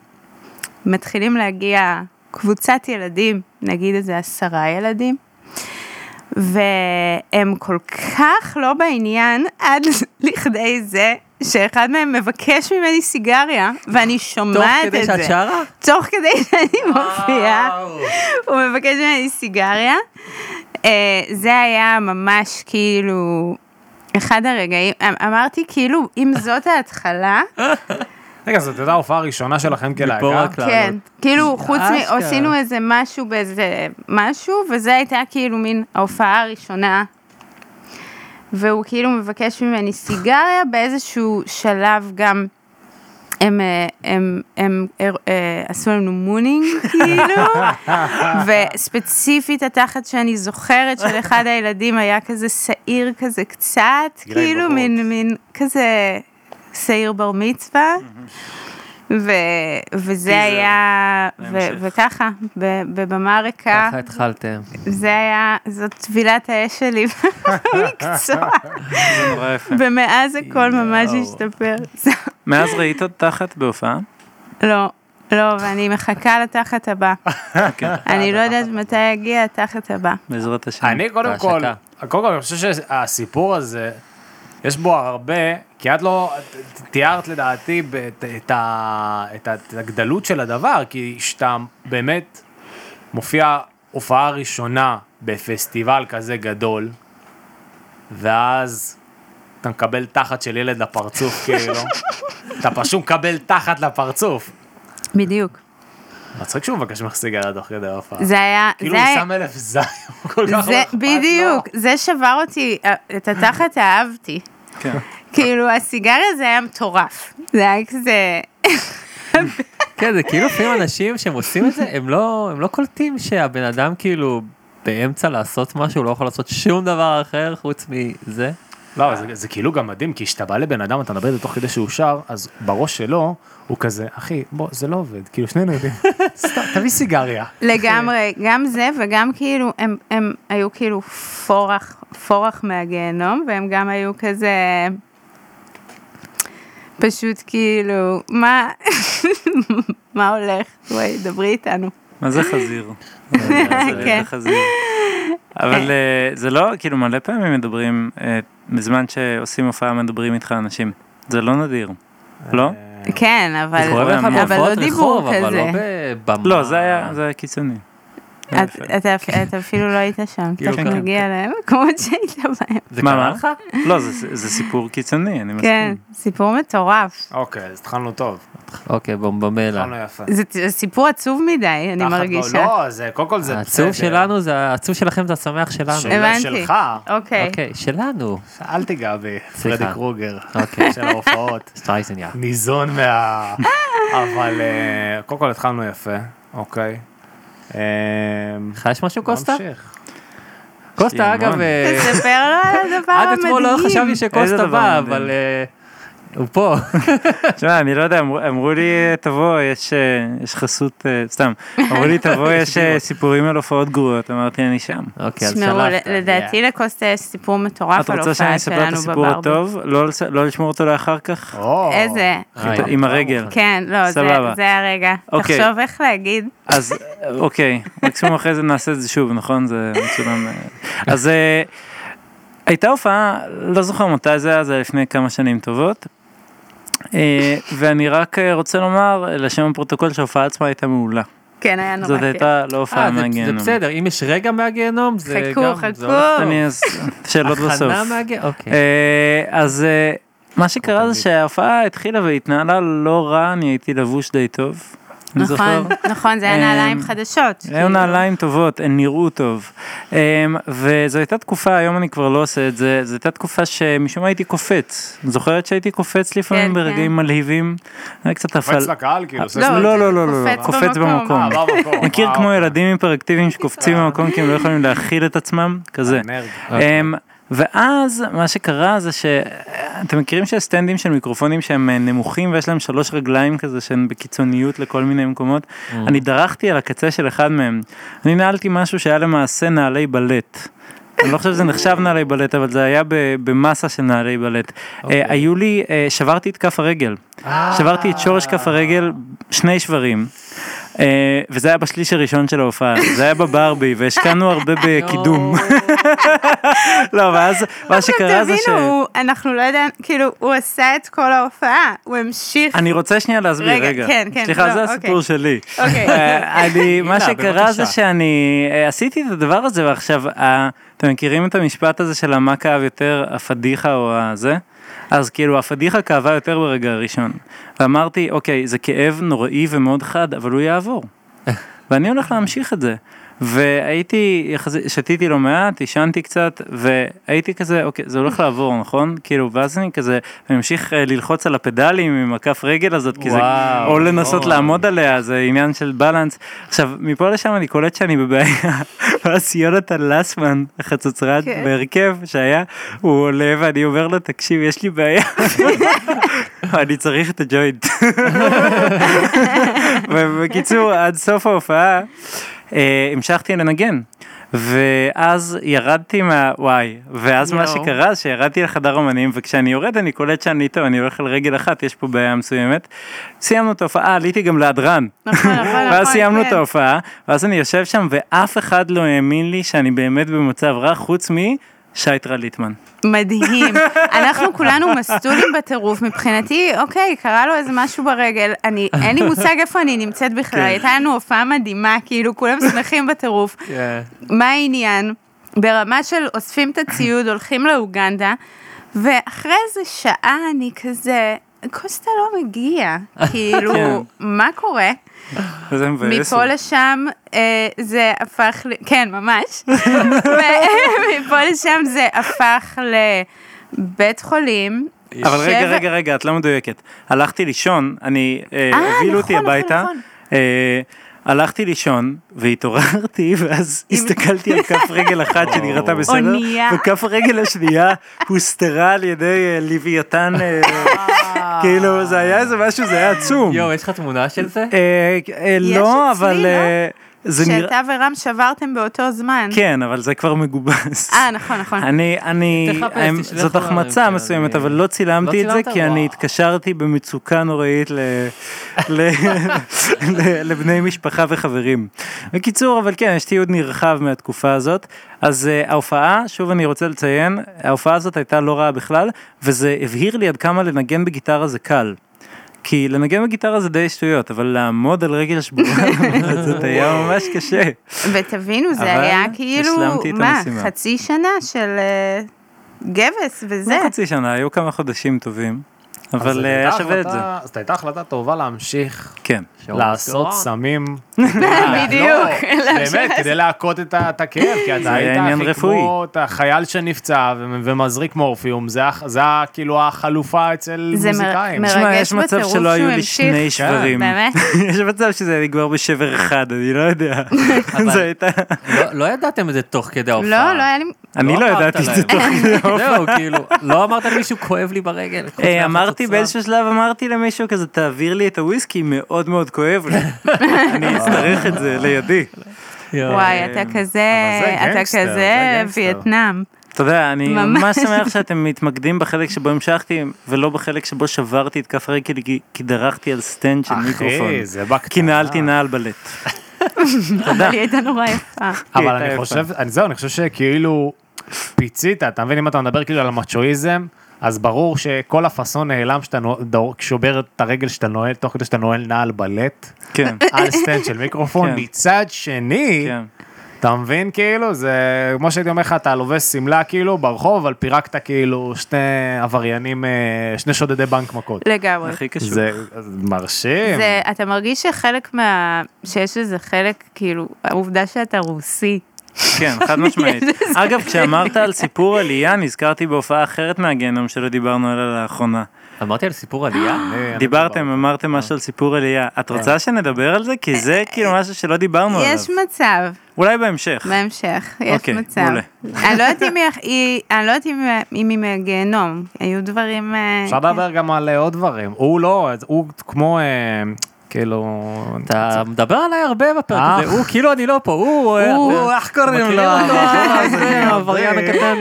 S8: מתחילים להגיע קבוצת ילדים, נגיד איזה עשרה ילדים, והם כל כך לא בעניין עד לכדי זה שאחד מהם מבקש ממני סיגריה, ואני
S7: תוך
S8: שומעת את זה.
S7: כדי שאת שרה?
S8: תוך כדי שאני מופיעה, הוא מבקש ממני סיגריה. אה, זה היה ממש כאילו... אחד הרגעים, אמ- אמרתי כאילו, אם זאת ההתחלה,
S6: רגע, זאת הייתה ההופעה הראשונה שלכם
S7: מפה
S6: כלהקה?
S7: רק לעלות.
S8: כן, כאילו חוץ מ...
S7: אשכרה.
S8: עשינו איזה משהו באיזה משהו, וזה הייתה כאילו מין ההופעה הראשונה. והוא כאילו מבקש ממני סיגריה, באיזשהו שלב גם הם, אה, הם, הם, הם עשו לנו מונינג, כאילו, וספציפית התחת שאני זוכרת של אחד הילדים היה כזה שעיר כזה קצת, כאילו, מין, מין כזה שעיר בר מצווה. ו- וזה היה, ו- וככה, ב- בבמה ריקה,
S7: ככה התחלתם.
S8: זה היה, זאת טבילת האש שלי במקצוע,
S9: נורא יפה.
S8: ומאז הכל ממש
S7: יואו.
S8: השתפר.
S9: מאז ראית עוד תחת בהופעה?
S8: לא, לא, ואני מחכה לתחת הבא.
S9: כן.
S8: אני לא יודעת מתי יגיע התחת הבא.
S9: בעזרת השם.
S6: אני קודם
S7: בהשקה.
S6: כל, קודם כל אני חושב שהסיפור הזה, יש בו הרבה, כי את לא, את- תיארת לדעתי ב- את- את ה- את ה- את הגדלות של הדבר, כי כשאתה באמת מופיע הופעה ראשונה בפסטיבל כזה גדול, ואז אתה מקבל תחת של ילד לפרצוף, כאילו, אתה פשוט מקבל תחת לפרצוף.
S8: בדיוק.
S6: מצחיק שהוא מבקש ממך סיגריה תוך כדי ההופעה.
S8: זה היה,
S6: כאילו
S8: זה
S6: הוא
S8: היה-
S6: שם אלף זין, הוא כל כך לא
S8: זה,
S6: אכפת לו.
S8: בדיוק, זה שבר אותי, אה, את התחת אהבתי.
S9: כן.
S8: כאילו, הסיגריה זה היה מטורף. זה היה כזה...
S7: כן, זה כאילו לפעמים אנשים שהם עושים את זה, הם לא, הם לא קולטים שהבן אדם כאילו באמצע לעשות משהו, לא יכול לעשות שום דבר אחר חוץ מזה.
S6: לא, זה, זה כאילו גם מדהים, כי כשאתה בא לבן אדם, אתה מדבר איתו תוך כדי שהוא שר, אז בראש שלו, הוא כזה, אחי, בוא, זה לא עובד, כאילו שנינו יודעים, סתם, תביא סיגריה.
S8: לגמרי, גם זה וגם כאילו, הם, הם היו כאילו פורח, פורח מהגיהנום, והם גם היו כזה... פשוט כאילו, מה, מה הולך? וואי, דברי איתנו.
S9: מה זה חזיר? לא, זה-
S8: כן.
S9: זה חזיר. אבל אה, זה לא, כאילו מלא פעמים מדברים, אה, בזמן שעושים הופעה מדברים איתך אנשים. זה לא נדיר.
S7: אה,
S9: לא?
S8: כן,
S7: זה
S8: אבל,
S7: קורה לך
S8: אבל לא
S7: בהופעות
S8: דיבור
S7: רחוב, אבל
S8: כזה.
S7: לא בבמה.
S9: לא, זה היה זה היה קיצוני. לא
S8: את- אתה אפ- אתה אפילו לא היית שם,
S7: כאילו,
S8: צריך
S7: כן,
S8: להגיע למקומות שהיית בהם.
S7: זה
S9: מה,
S7: קרה
S9: מה?
S7: לך?
S9: לא, זה זה סיפור קיצוני, אני
S8: כן,
S9: מסכים.
S8: סיפור מטורף.
S6: אוקיי, אז התחלנו טוב,
S7: אוקיי, בומבמלה.
S9: נכון,
S6: התחלנו יפה.
S8: זה זה סיפור עצוב מדי, אני
S6: תחת
S8: מרגישה.
S6: לא, לא, זה, קודם כל זה...
S7: העצוב
S6: בסדר.
S7: שלנו זה, העצוב שלכם זה השמח שלנו.
S6: של-
S8: הבנתי.
S6: שלך.
S9: לא.
S8: אוקיי.
S7: אוקיי, שלנו.
S6: אל תיגע בי,
S7: סליחה.
S6: פרדי קרוגר,
S7: אוקיי.
S6: של ההופעות.
S7: שטרייזניה.
S6: ניזון מה... אבל אה, קודם כל התחלנו יפה, אוקיי. אה,
S7: לך יש
S9: לא,
S7: משהו קוסטה?
S6: נמשיך.
S7: קוסטה אגב, אה,
S8: תספר לו על הדבר
S7: עד
S8: המדהים.
S7: אתמול לא חשבתי
S9: איזה
S7: שקוסטה
S9: דבר
S7: בא,
S9: מדהים.
S7: אבל אה, הוא פה.
S9: תשמע, אני לא יודע, אמרו- אמרו לי, אה, תבוא, יש אה, יש חסות, אה, סתם. אמרו לי, תבוא, יש אה, סיפורים על הופעות גרועות, אמרתי, אני שם.
S7: אוקיי, אז
S8: תשמעו,
S7: שלחת.
S8: ל- לדעתי לקוסטה יש סיפור מטורף
S9: את
S8: על
S9: רוצה שאני
S8: הופעה
S9: אספר את
S8: שלנו
S9: הסיפור
S8: בברבי.
S9: הטוב? לא לס- לא לשמור אותו לאחר כך?
S6: או.
S8: איזה?
S7: היי.
S9: עם הרגל.
S8: כן, לא, זה-
S9: סבבה.
S8: זה הרגע.
S9: אוקיי.
S8: תחשוב איך להגיד.
S9: אז אוקיי, מקסימום אחרי זה נעשה את זה שוב, נכון? זה מצולם. אה. אז אה, הייתה הופעה, לא זוכר מתי זה היה, זה היה לפני כמה שנים טובות. אה, ואני רק אה, רוצה לומר, אה, לשם הפרוטוקול, שההופעה עצמה הייתה מעולה.
S8: כן, היה נורא
S9: זאת
S8: כיף.
S9: הייתה לא הופעה
S7: אה, זה- זה
S9: מהגיהנום.
S7: בסדר, אם יש רגע מהגיהנום, זה
S8: חכו,
S7: גם...
S8: חכו.
S7: זה הולך-
S9: אני אז, שאלות לא בסוף.
S7: הכנה מהגיהנום, אוקיי.
S9: אה, אז אה, מה שקרה זה שההופעה התחילה והתנהלה לא רע, אני הייתי לבוש די טוב. אני זוכר.
S8: נכון, נכון, זה היה
S9: אה,
S8: נעליים חדשות.
S9: היו
S8: כאילו.
S9: נעליים טובות, הן נראו טוב. אמ, וזו הייתה תקופה, היום אני כבר לא עושה את זה, זו הייתה תקופה שמשום מה הייתי קופץ. זוכרת שהייתי קופץ לפעמים
S8: כן,
S9: ברגעים מלהיבים? היה קצת
S6: קופץ
S9: הפעל...
S6: לקהל, כאילו, עושה
S9: לא, לא, לא, לא, לא,
S8: קופץ
S9: קופץ
S8: במקום.
S9: במקום.
S6: אה, במקום,
S9: מכיר
S6: וואו.
S9: כמו ילדים היפראקטיביים שקופצים במקום כי הם לא יכולים להכיל את עצמם? כזה.
S6: אנרגיה.
S9: אמ, ואז מה שקרה זה שאתם מכירים שיש סטנדים של מיקרופונים שהם אה, נמוכים ויש להם שלוש רגליים כזה שהן בקיצוניות לכל מיני מקומות. אני דרכתי על הקצה של אחד מהם. אני נעלתי משהו שהיה למעשה נעלי בלט. אני לא חושב שזה נחשב נעלי בלט אבל זה היה ב- במסה של נעלי בלט. אה, היו לי, אה, שברתי את כף הרגל. שברתי את שורש כף הרגל שני שברים. אה, וזה היה בשליש הראשון של ההופעה, זה היה בברבי והשקענו הרבה בקידום. לא, ואז מה שקרה זה ש...
S8: תבינו, הוא- אנחנו לא יודעים, כאילו, הוא עשה את כל ההופעה, הוא המשיך.
S9: אני רוצה שנייה להסביר,
S8: רגע,
S9: רגע.
S8: כן, כן,
S9: סליחה,
S8: לא,
S9: זה
S8: אוקיי.
S9: הסיפור שלי.
S8: אוקיי. לא,
S9: אה, אני, מה
S7: הנה,
S9: שקרה
S7: בבקשה.
S9: זה שאני אה, עשיתי את הדבר הזה, ועכשיו, אה, אתם מכירים את המשפט הזה של מה כאב יותר, הפדיחה או הזה? אז כאילו הפדיחה כאבה יותר ברגע הראשון. ואמרתי, אוקיי, זה כאב נוראי ומאוד חד, אבל הוא יעבור. ואני הולך להמשיך את זה. והייתי, יחז- שתיתי לא מעט, עישנתי קצת, והייתי כזה, אוקיי, זה הולך לעבור, נכון? כאילו, ואז אני כזה, אני ממשיך אה, ללחוץ על הפדלים עם הכף רגל הזאת, כי זה,
S7: וואו,
S9: או לנסות
S7: נכון.
S9: לעמוד עליה, זה עניין של בלנס. עכשיו, מפה לשם אני קולט שאני בבעיה, ואז יונתן לסמן, החצוצרת
S8: כן.
S9: בהרכב שהיה, הוא עולה ואני אומר לו, תקשיב, יש לי בעיה, אני צריך את הג'וינט. ובקיצור, עד סוף ההופעה אה, המשכתי לנגן. ואז ירדתי מהוואי, ואז מה
S7: יואו.
S9: שקרה שירדתי לחדר אמנים וכשאני יורד אני קולט שאני טוב, אני הולך על רגל אחת, יש פה בעיה מסוימת. סיימנו את ההופעה, עליתי גם להדרן.
S8: נכון, נכון, נכון.
S9: ואז סיימנו
S8: כן.
S9: את ההופעה, ואז אני יושב שם ואף אחד לא האמין לי שאני באמת במצב רע, חוץ משייטרה ליטמן.
S8: מדהים. אנחנו כולנו מסטולים בטירוף. מבחינתי, אוקיי, קרה לו איזה משהו ברגל, אני, אין לי מושג איפה אני נמצאת
S9: כן.
S8: בכלל. הייתה לנו הופעה מדהימה, כאילו, כולם שמחים בטירוף. מה העניין? ברמה של אוספים את הציוד, הולכים לאוגנדה, ואחרי איזה שעה אני כזה, קוסטה לא מגיע. כאילו,
S9: כן.
S8: מה קורה?
S9: וזה מבאס.
S8: מפה לשם אה, זה הפך, ל- כן ממש, מפה לשם זה הפך לבית חולים.
S9: אבל רגע,
S8: שבע-
S9: רגע, רגע, את לא מדויקת. הלכתי לישון, אני, אה,
S8: אה,
S9: הובילו אותי
S8: נכון, נכון,
S9: הביתה.
S8: נכון.
S9: אה, הלכתי לישון והתעוררתי ואז הסתכלתי על כף רגל אחת שנראתה בסדר
S8: אונייה.
S9: וכף הרגל השנייה הוסתרה על ידי אה, לוויתן אה, כאילו זה היה איזה משהו זה היה עצום.
S7: יואו, יש לך תמונה של זה?
S9: אה, אה,
S8: יש
S9: לא
S8: אצלי,
S9: אבל
S8: לא?
S9: אה, זה נראה
S8: שאתה ורם שברתם באותו זמן.
S9: כן אבל זה כבר מגובס.
S8: אה, נכון, נכון.
S9: אני, אני,
S7: תחפש,
S9: האמת,
S7: תשלח
S9: זאת
S7: לנו דברים
S9: החמצה
S7: כאלה,
S9: מסוימת,
S7: אני-
S9: אבל לא צילמתי את
S7: לא
S9: זה,
S7: צילמת?
S9: כי אני
S7: וואו.
S9: התקשרתי במצוקה נוראית ל- ל- ל- לבני משפחה וחברים. בקיצור, אבל כן, יש תיעוד נרחב מהתקופה הזאת. אז אה, ההופעה, שוב אני רוצה לציין, ההופעה הזאת הייתה לא רעה בכלל, וזה הבהיר לי עד כמה לנגן בגיטרה זה קל. כי לנגן בגיטרה זה די שטויות, אבל לעמוד על רגל שבורה, זאת היה ממש קשה.
S8: ותבינו, זה
S9: אבל
S8: היה כאילו,
S9: השלמתי את
S8: מה,
S9: המשימה.
S8: חצי שנה של אה, גבס
S9: זה
S8: וזה.
S9: חצי שנה, היו כמה חודשים טובים,
S6: אז
S9: אבל
S6: זאת
S9: אה, היה
S6: הייתה
S9: שווה את זה.
S6: החלטה- זאת הייתה החלטה טובה להמשיך
S9: כן.
S6: לעשות סמים.
S8: בדיוק.
S6: לא, באמת, כדי להכות את ה- את הכאב, כי
S9: זה
S6: אתה
S9: היה
S6: היית
S9: עניין
S6: הכי
S9: רפואי.
S6: כמו את החייל שנפצע ו- ומזריק מורפיום, זה ה- זה ה- כאילו החלופה אצל
S8: זה מר-
S6: כאילו מוזיקאים.
S8: מרגש
S9: תשמע, יש מצב
S8: בטירוף
S9: שלא היו
S8: שהוא
S9: לי
S8: המשיך. כן,
S9: שני שברים.
S8: באמת?
S9: יש מצב שזה היה נגמר בשבר אחד, אני לא יודע.
S7: אבל-
S9: זה הייתה...
S7: לא- לא ידעתם את זה תוך כדי ההופעה.
S8: לא, לא היה לי...
S9: אני לא
S7: אמרת
S9: ידעתי את זה
S7: להם.
S9: תוך כדי.
S7: זהו, כאילו, לא אמרת למישהו כואב לי ברגל. חוץ
S9: אה,
S7: מהחצוצרה.
S9: אמרתי באיזשהו שלב, אמרתי למישהו כזה, תעביר לי את הוויסקי, מאוד מאוד כואב לי. אני אצטרך את זה לידי.
S7: יואו.
S8: וואי, אתה
S9: אה,
S8: כזה,
S6: אבל זה
S8: אתה
S6: גנגסטר, זה
S8: כזה
S6: גנגסטר.
S8: וייטנאם.
S9: אתה יודע, אני
S8: ממש.
S9: ממש שמח שאתם מתמקדים בחלק שבו המשכתי, ולא בחלק שבו שברתי את כף הרגל, כי- כי דרכתי על סטנד של מיקרופון.
S6: אחי, זה בקטנה.
S9: כי נעלתי נעל בלט.
S8: אבל היא הייתה נורא יפה.
S6: אבל
S9: הייתה
S6: אני
S9: יפה.
S6: חושב, אני- זהו, אני חושב שכאילו פיצית, אתה מבין, אם אתה מדבר כאילו על המצ'ואיזם, אז ברור שכל הפאסון נעלם שאתה נו- דור- שובר את הרגל שאתה נועל, תוך כדי שאתה נועל נעל בלט,
S9: כן,
S6: על סטנד של מיקרופון.
S9: כן.
S6: מצד שני,
S9: כן.
S6: אתה מבין, כאילו, זה כמו שהייתי אומר לך, אתה לובש שמלה כאילו ברחוב, אבל פירקת כאילו שני עבריינים, אה, שני שודדי בנק מכות.
S8: לגמרי.
S9: הכי קשור.
S6: זה זה מרשים.
S8: זה, אתה מרגיש שחלק מה... שיש לזה חלק, כאילו, העובדה שאתה רוסי.
S9: כן, חד משמעית. אגב, כשאמרת על סיפור עלייה, נזכרתי בהופעה אחרת מהגיהנום שלא דיברנו עליה לאחרונה.
S7: אמרתי על סיפור עלייה?
S6: אה,
S9: דיברתם, אמרתם משהו על סיפור עלייה. את רוצה שנדבר על זה? כי זה כאילו משהו שלא דיברנו עליו.
S8: אה, יש מצב,
S9: אולי בהמשך.
S8: בהמשך, יש
S9: אוקיי,
S8: מצב.
S9: מעולה.
S8: אני לא יודעת אם היא- היא- אני לא יודעת אם- אם היא מהגיהנום, היו דברים... אה,
S6: אפשר לדבר גם על אה, עוד דברים. הוא לא, אז הוא כמו, אה, כאילו...
S7: אתה מדבר עליי הרבה בפרק
S6: אה.
S7: הזה, הוא כאילו אני לא פה, הוא, אה,
S6: הוא,
S7: אתה
S6: איך קוראים
S7: מכיר
S6: לו?
S7: אותו,
S6: אה,
S7: זה
S6: זה
S7: העבריין
S6: מדהים.
S7: הקטן.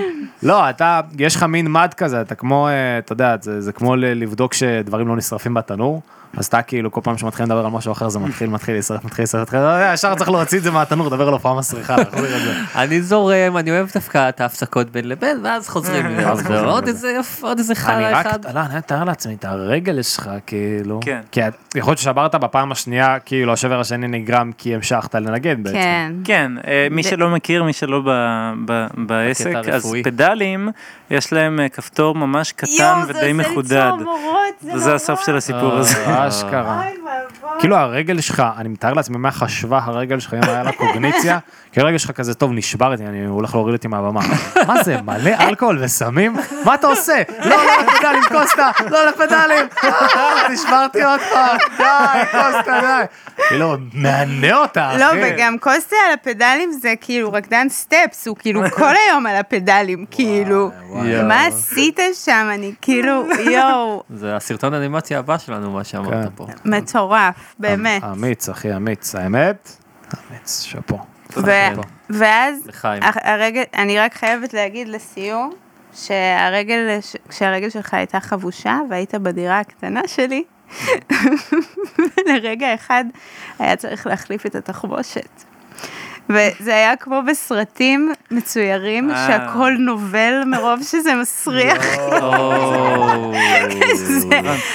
S6: לא, אתה, יש לך מין מד כזה, אתה כמו, אה, אתה יודע, זה, זה כמו ל- לבדוק שדברים לא נשרפים בתנור, אז אתה כאילו כל פעם שמתחילים לדבר על משהו אחר, זה מתחיל, מתחיל להישרף, מתחיל להישרף, מתחיל, אתה יודע, ישר צריך להוציא את זה מהתנור, לדבר על הופעה מסריחה, להחזיר את זה.
S7: אני זורם, אני אוהב דווקא את ההפסקות בין לבין, ואז חוזרים לזה,
S6: ואז חוזרים
S7: עוד
S6: לזה.
S7: איזה, עוד איזה
S6: אני
S7: חרא
S6: רק,
S7: אחד.
S6: לא, אני מתאר לעצמי את הרגל שלך, כאילו.
S9: כן.
S6: כי את- יכול להיות ששברת בפעם השנייה, כאילו השבר השני נגרם כי המשכת לנגן בעצם.
S8: כן.
S9: כן, אה, מי
S8: ב-
S9: שלא מכיר, מי שלא ב- ב- בעסק, אז
S7: הרפואי.
S9: פדלים, יש להם אה, כפתור ממש קטן
S8: יואו, זה
S9: ודי
S8: עושה לי
S9: מחודד.
S8: צמרמורות, זה
S6: אה,
S9: זה הסוף של הסיפור הזה.
S6: אשכרה. כאילו הרגל שלך, אני מתאר לעצמי מה חשבה הרגל שלך, אם היה לה קוגניציה, כי הרגל שלך כזה, טוב, נשברתי, אני הולך להוריד אותי מהבמה. מה זה, מלא אלכוהול וסמים? מה אתה עושה? לא, לא לפדלים, קוסטה, לא לפדלים, אה, נשברתי עוד פעם, די, קוסטה, די. כאילו, מענה אותה, אחי.
S8: לא, וגם קוסטה על הפדלים זה כאילו רקדן סטפס, הוא כאילו כל היום על הפדלים, כאילו.
S7: וואי.
S8: מה עשית שם? אני כאילו, יואו,
S7: זה הסרטון האנימציה הבא שלנו, מה שאמרת
S6: כן.
S7: פה.
S8: מטורף,
S9: אמ,
S8: באמת.
S6: אמיץ, אחי, אמיץ. האמת? אמיץ, שאפו.
S8: ו- ואז
S7: לחיים.
S8: הח- הרגל, אני רק חייבת להגיד לסיום, שהרגל, ש- כשהרגל שלך הייתה חבושה והיית בדירה הקטנה שלי, לרגע אחד היה צריך להחליף את התחבושת. וזה היה כמו בסרטים מצוירים,
S9: אה.
S8: שהכל נובל מרוב שזה מסריח,
S7: או,
S8: זה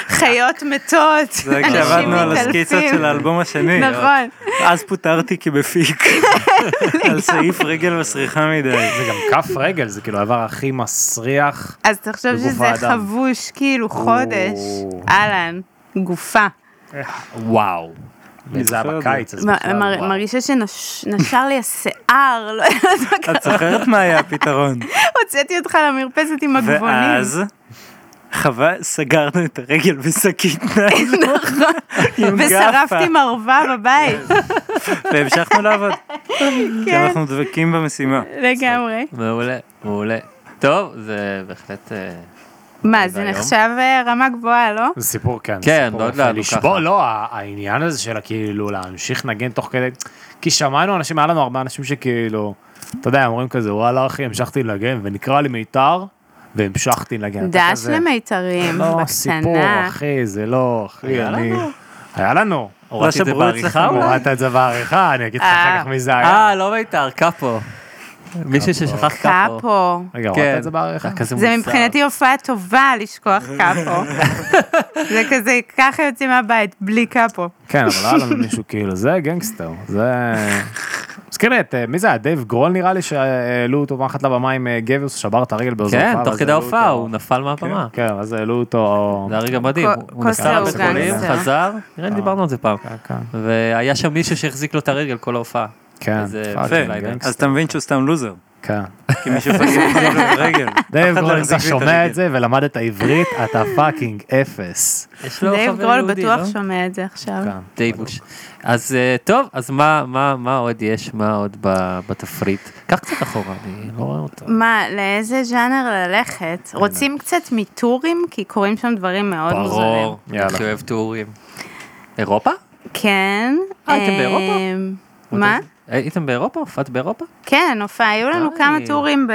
S8: חיות מתות,
S9: זה
S8: אנשים
S9: כשעבדנו על
S8: מתעלפים.
S9: הסקיצות של האלבום השני.
S8: נכון.
S9: אז פוטרתי כבפיק. על סעיף רגל מסריחה מדי.
S6: זה גם כף רגל, זה כאילו האיבר הכי מסריח.
S8: אז תחשוב
S6: בגוף
S8: שזה
S6: האדם.
S8: חבוש כאילו חודש,
S6: או.
S8: אהלן, גופה.
S6: וואו. זה היה
S9: בסדר.
S6: בקיץ, אז
S8: מ-
S6: בכלל,
S8: מר-
S6: וואו.
S8: מרגישה שנשר לי השיער, לא יודעת מה
S9: את
S8: קרה,
S9: זוכרת מה היה הפתרון?
S8: הוצאתי אותך למרפסת עם הגבעונים.
S9: ואז חווה, סגרנו את הרגל בשקית ניילון. עם גאפה.
S8: נכון, ושרפתי מרווה בבית,
S9: והמשכנו לעבוד. כי
S8: כן,
S9: אנחנו דבקים במשימה.
S8: לגמרי.
S7: מעולה, מעולה. טוב, זה בהחלט... אה,
S8: מה, זה
S7: והיום?
S8: נחשב אה, רמה גבוהה, לא?
S6: זה סיפור כן, זה
S7: כן,
S6: סיפור
S7: לא
S6: יפה.
S7: יודעת, הוא ככה.
S6: לשבור, לא, ה- העניין הזה של כאילו להמשיך לנגן תוך כדי, כי שמענו אנשים, היה לנו הרבה אנשים שכאילו, אתה יודע, אומרים כזה, וואלה אחי, המשכתי לנגן, ונקרא לי מיתר, והמשכתי לנגן. אתה
S8: דש
S6: כזה,
S8: למיתרים,
S6: לא, סיפור,
S8: בקטנה.
S6: אחי, זה לא, אחי,
S7: היה
S6: אני... היה לנו.
S7: הורדתי את זה
S9: שברו אצלך
S7: בעריכה אולי?
S6: הורדת את זה בעריכה, אני אגיד לך
S8: אה.
S6: אחר כך מי זה היה.
S7: אה, לא מיתר, קאפו. מישהו ששכח קאפו.
S8: קאפו.
S6: רגע, הורדת
S7: כן.
S6: את זה בעריכה?
S7: היה כזה
S8: זה
S7: מוזר.
S8: מבחינתי הופעה טובה לשכוח קאפו. זה כזה, ככה יוצאים מהבית, בלי קאפו.
S6: כן, אבל היה לנו מישהו כאילו, זה גנגסטר, זה... מזכיר לי את, אה, מי זה היה? דייב גרול נראה לי שהעלו אותו פעם אחת לבמה עם אה, גבס, שבר את הרגל באוזן.
S7: כן,
S6: פעם,
S7: תוך
S6: אז
S7: כדי
S6: העלו
S7: ההופעה,
S6: אותו-
S7: הוא נפל
S6: כן,
S7: מהבמה.
S6: כן, אז העלו אותו...
S7: זה היה רגע מדהים,
S8: כ-
S7: הוא
S8: כוס
S7: נסע לבית
S8: לאורגן,
S7: חולים,
S8: זה.
S7: חזר, נראה
S6: אה.
S7: לי דיברנו על זה פעם.
S6: כן.
S7: והיה שם מישהו שהחזיק לו את הרגל כל ההופעה.
S6: כן,
S7: איזה
S6: פאק,
S7: יפה.
S6: זה גנגסטר,
S9: אז אתה מבין שהוא סתם לוזר.
S6: כן.
S9: כי מישהו פגע לו ברגל.
S6: דייב
S7: לא
S9: פחד
S6: גרול, אם אתה
S9: להחזיק לא לי את
S6: שומע
S9: הרגל.
S6: את זה ולמדת עברית, אתה פאקינג אפס.
S7: יש לו
S8: דייב
S7: חבר
S8: גרול
S7: יהודי, לא?
S8: בטוח שומע את זה עכשיו.
S6: כן.
S7: דייבוש. אז אה, טוב, אז מה- מה מה עוד יש, מה עוד ב- בתפריט? קח קצת אחורה, אני לא רואה אותו.
S8: מה, לאיזה ז'אנר ללכת? רוצים קצת מטורים? כי קורים שם דברים מאוד מוזרים.
S7: כן. ברור,
S6: יאללה.
S7: אני אוהב טורים. אירופה?
S8: כן.
S7: אה, הייתם באירופה?
S8: אה, מה?
S7: הייתם באירופה? הופעת באירופה?
S8: כן, הופעה, היו לנו
S7: די.
S8: כמה טורים ב-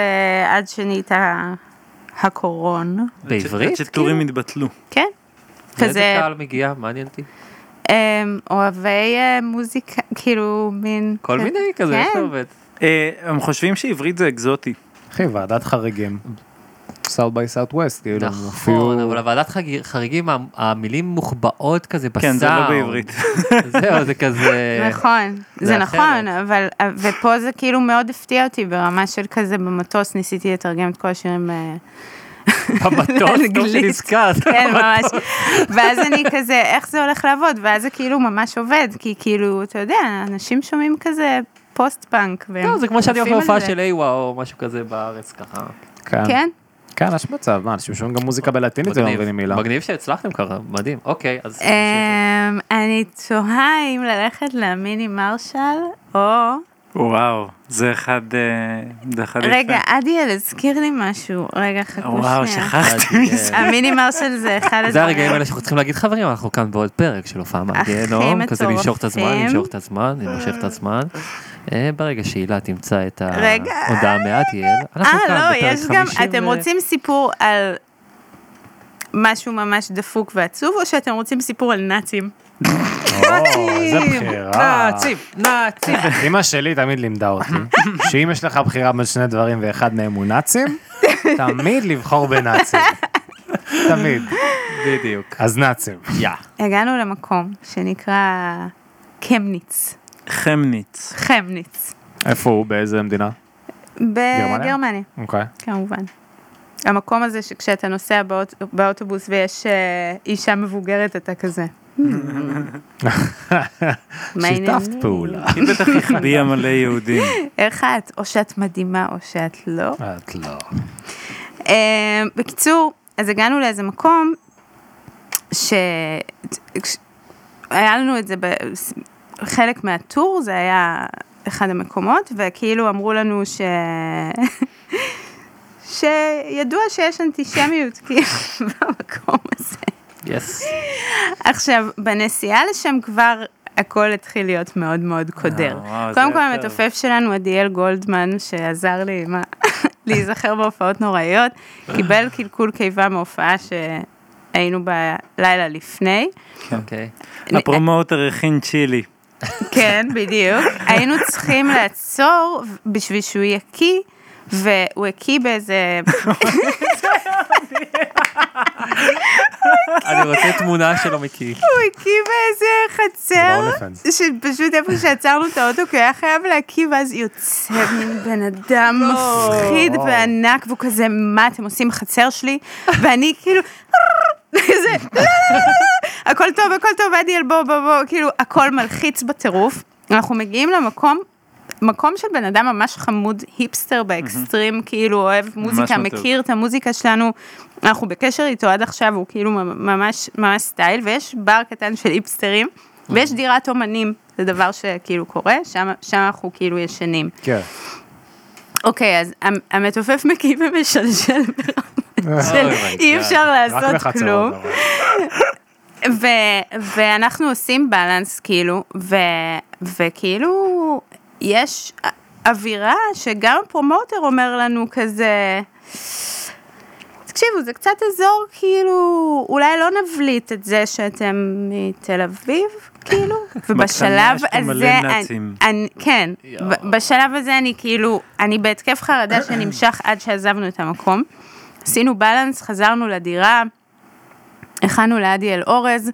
S8: עד שנהייתה הקורון.
S7: בעברית?
S9: עד שטורים
S6: כאילו?
S9: התבטלו.
S8: כן.
S7: איזה
S8: כזה
S7: קהל מגיע? מעניין אותי.
S8: אה, אוהבי אה, מוזיקה, כאילו מין...
S7: כל מיני כזה,
S8: כן.
S7: איך זה עובד?
S9: אה, הם חושבים שעברית זה אקזוטי.
S6: אחי, ועדת חריגים. סאוט ביי סאוט ווסט, כאילו. הם הופיעו-
S7: נכון, אבל הוועדת חג- חריגים, המ- המילים מוחבאות כזה בסאונד.
S9: כן, זה לא בעברית.
S7: זהו, זה כזה...
S8: נכון, זה
S7: אה, זה
S8: נכון, אבל, ופה זה כאילו מאוד הפתיע אותי ברמה של כזה במטוס, ניסיתי לתרגם את כל השירים אה,
S7: במטוס, טוב
S8: לאנגלית.
S7: שנזכרת.
S8: כן, ממש. ואז אני כזה, איך זה הולך לעבוד? ואז זה כאילו ממש עובד, כי כאילו, אתה יודע, אנשים שומעים כזה פוסט-פאנק. והם
S7: לא, זה כמו שאני הולך
S8: עפים על
S7: להופעה
S8: זה.
S7: של איווה או משהו כזה בארץ ככה.
S8: כן?
S6: כן, יש מצב, מה, אנשים שומעים גם מוזיקה בלטינית ולא מבינים מילה.
S7: מגניב שהצלחתם ככה, מדהים. אוקיי, אז...
S8: אמ, אני תוהה אם ללכת למיני מרשל, או...
S9: וואו, זה אחד, אה, זה אחד יפה.
S8: רגע, עדיאל, הזכיר לי משהו. רגע, חכו
S9: וואו,
S8: שנייה.
S9: שכחתי
S7: אה,
S9: מזה.
S8: המיני מרשל זה אחד
S7: זה
S8: הדברים.
S7: הרגעים האלה שאנחנו צריכים להגיד חברים, אנחנו כאן בעוד פרק של הופעה
S8: הכי
S7: מהגיהנום, כזה למשוך את הזמן,
S8: מטורפים.
S7: למשוך את הזמן, למשוך את הזמן. אה, ברגע שהילה תמצא את
S8: רגע.
S7: ההודעה מעדיאל, אנחנו
S8: אה,
S7: כאן
S8: לא,
S7: בפרק
S8: יש גם,
S7: 50,
S8: אתם
S7: אה,
S8: רוצים סיפור על משהו ממש דפוק ועצוב, או שאתם רוצים סיפור על נאצים?
S6: או, איזה בחירה.
S7: נעצים, נעצים.
S6: אמא שלי תמיד לימדה אותי, שאם יש לך בחירה בין שני דברים ואחד מהם הוא נאצים, תמיד לבחור בנאצים. תמיד.
S7: בדיוק.
S6: אז נאצים.
S7: יא.
S8: הגענו למקום שנקרא קמניץ,
S9: חמניץ.
S8: חמניץ,
S6: איפה הוא? באיזה מדינה?
S8: בגרמניה,
S6: אוקיי.
S8: כמובן. המקום הזה שכשאתה נוסע באוט- באוטובוס ויש אה, אישה מבוגרת, אתה כזה, מה
S6: שיתפת
S8: העניינים?
S6: פעולה.
S9: היא בטח החביאה מלא יהודים.
S8: איך את? או שאת מדהימה או שאת לא.
S6: את לא.
S8: אה, בקיצור, אז הגענו לאיזה מקום ש... כש- היה לנו את זה, ב... חלק מהטור, זה היה אחד המקומות, וכאילו אמרו לנו ש... שידוע שיש אנטישמיות, כאילו, במקום הזה.
S7: יס.
S8: עכשיו, בנסיעה לשם כבר הכל התחיל להיות מאוד מאוד קודר.
S9: אה, וואו,
S8: קודם
S9: זה
S8: כל,
S9: יותר.
S8: המתופף שלנו, עדיאל גולדמן, שעזר לי מה, להיזכר בהופעות נוראיות, קיבל קלקול קיבה מהופעה שהיינו בה לילה לפני.
S6: כן.
S7: אוקיי.
S9: הפרומוטר הכין צ'ילי.
S8: כן, בדיוק. היינו צריכים לעצור בשביל שהוא יקיא, והוא הקיא באיזה...
S7: אני רוצה תמונה שלא מכיר.
S8: הוא הקיא באיזה חצר, שפשוט איפה שעצרנו את האוטו, כי הוא היה חייב להקיא, ואז יוצא מין בן אדם מפחיד וענק, והוא כזה, מה אתם עושים בחצר שלי? ואני כאילו, כזה, "לא, לא, לא, לא, הכל טוב, הכל טוב, אדיאל, בוא, בוא, בוא, כאילו, הכל מלחיץ בטירוף. אנחנו מגיעים למקום. מקום של בן אדם ממש חמוד, היפסטר באקסטרים, כאילו אוהב מוזיקה,
S9: מתוק.
S8: מכיר את המוזיקה שלנו, אנחנו בקשר איתו עד עכשיו, הוא כאילו ממש ממש סטייל, ויש בר קטן של היפסטרים, ויש דירת אומנים, זה דבר שכאילו קורה, שם, שם אנחנו כאילו ישנים.
S6: כן.
S8: אוקיי, אז המ- המתופף מקיא ומשלשל ברמה של
S7: Oh my
S8: אי
S7: God.
S8: אפשר
S6: רק
S8: לעשות
S6: בחצרות.
S8: כלום.
S6: אבל.
S8: ו- ואנחנו עושים בלנס כאילו, ו- וכאילו יש א- אווירה שגם הפרומוטר אומר לנו כזה, תקשיבו זה קצת אזור כאילו, אולי לא נבליט את זה שאתם מתל אביב. כאילו, ובשלב
S9: יש פה מלא
S8: הזה,
S9: נאצים.
S8: אני, אני, כן, ב- בשלב הזה אני כאילו, אני בהתקף חרדה שנמשך עד שעזבנו את המקום. עשינו בלנס, חזרנו לדירה, הכנו לאדיאל אורז,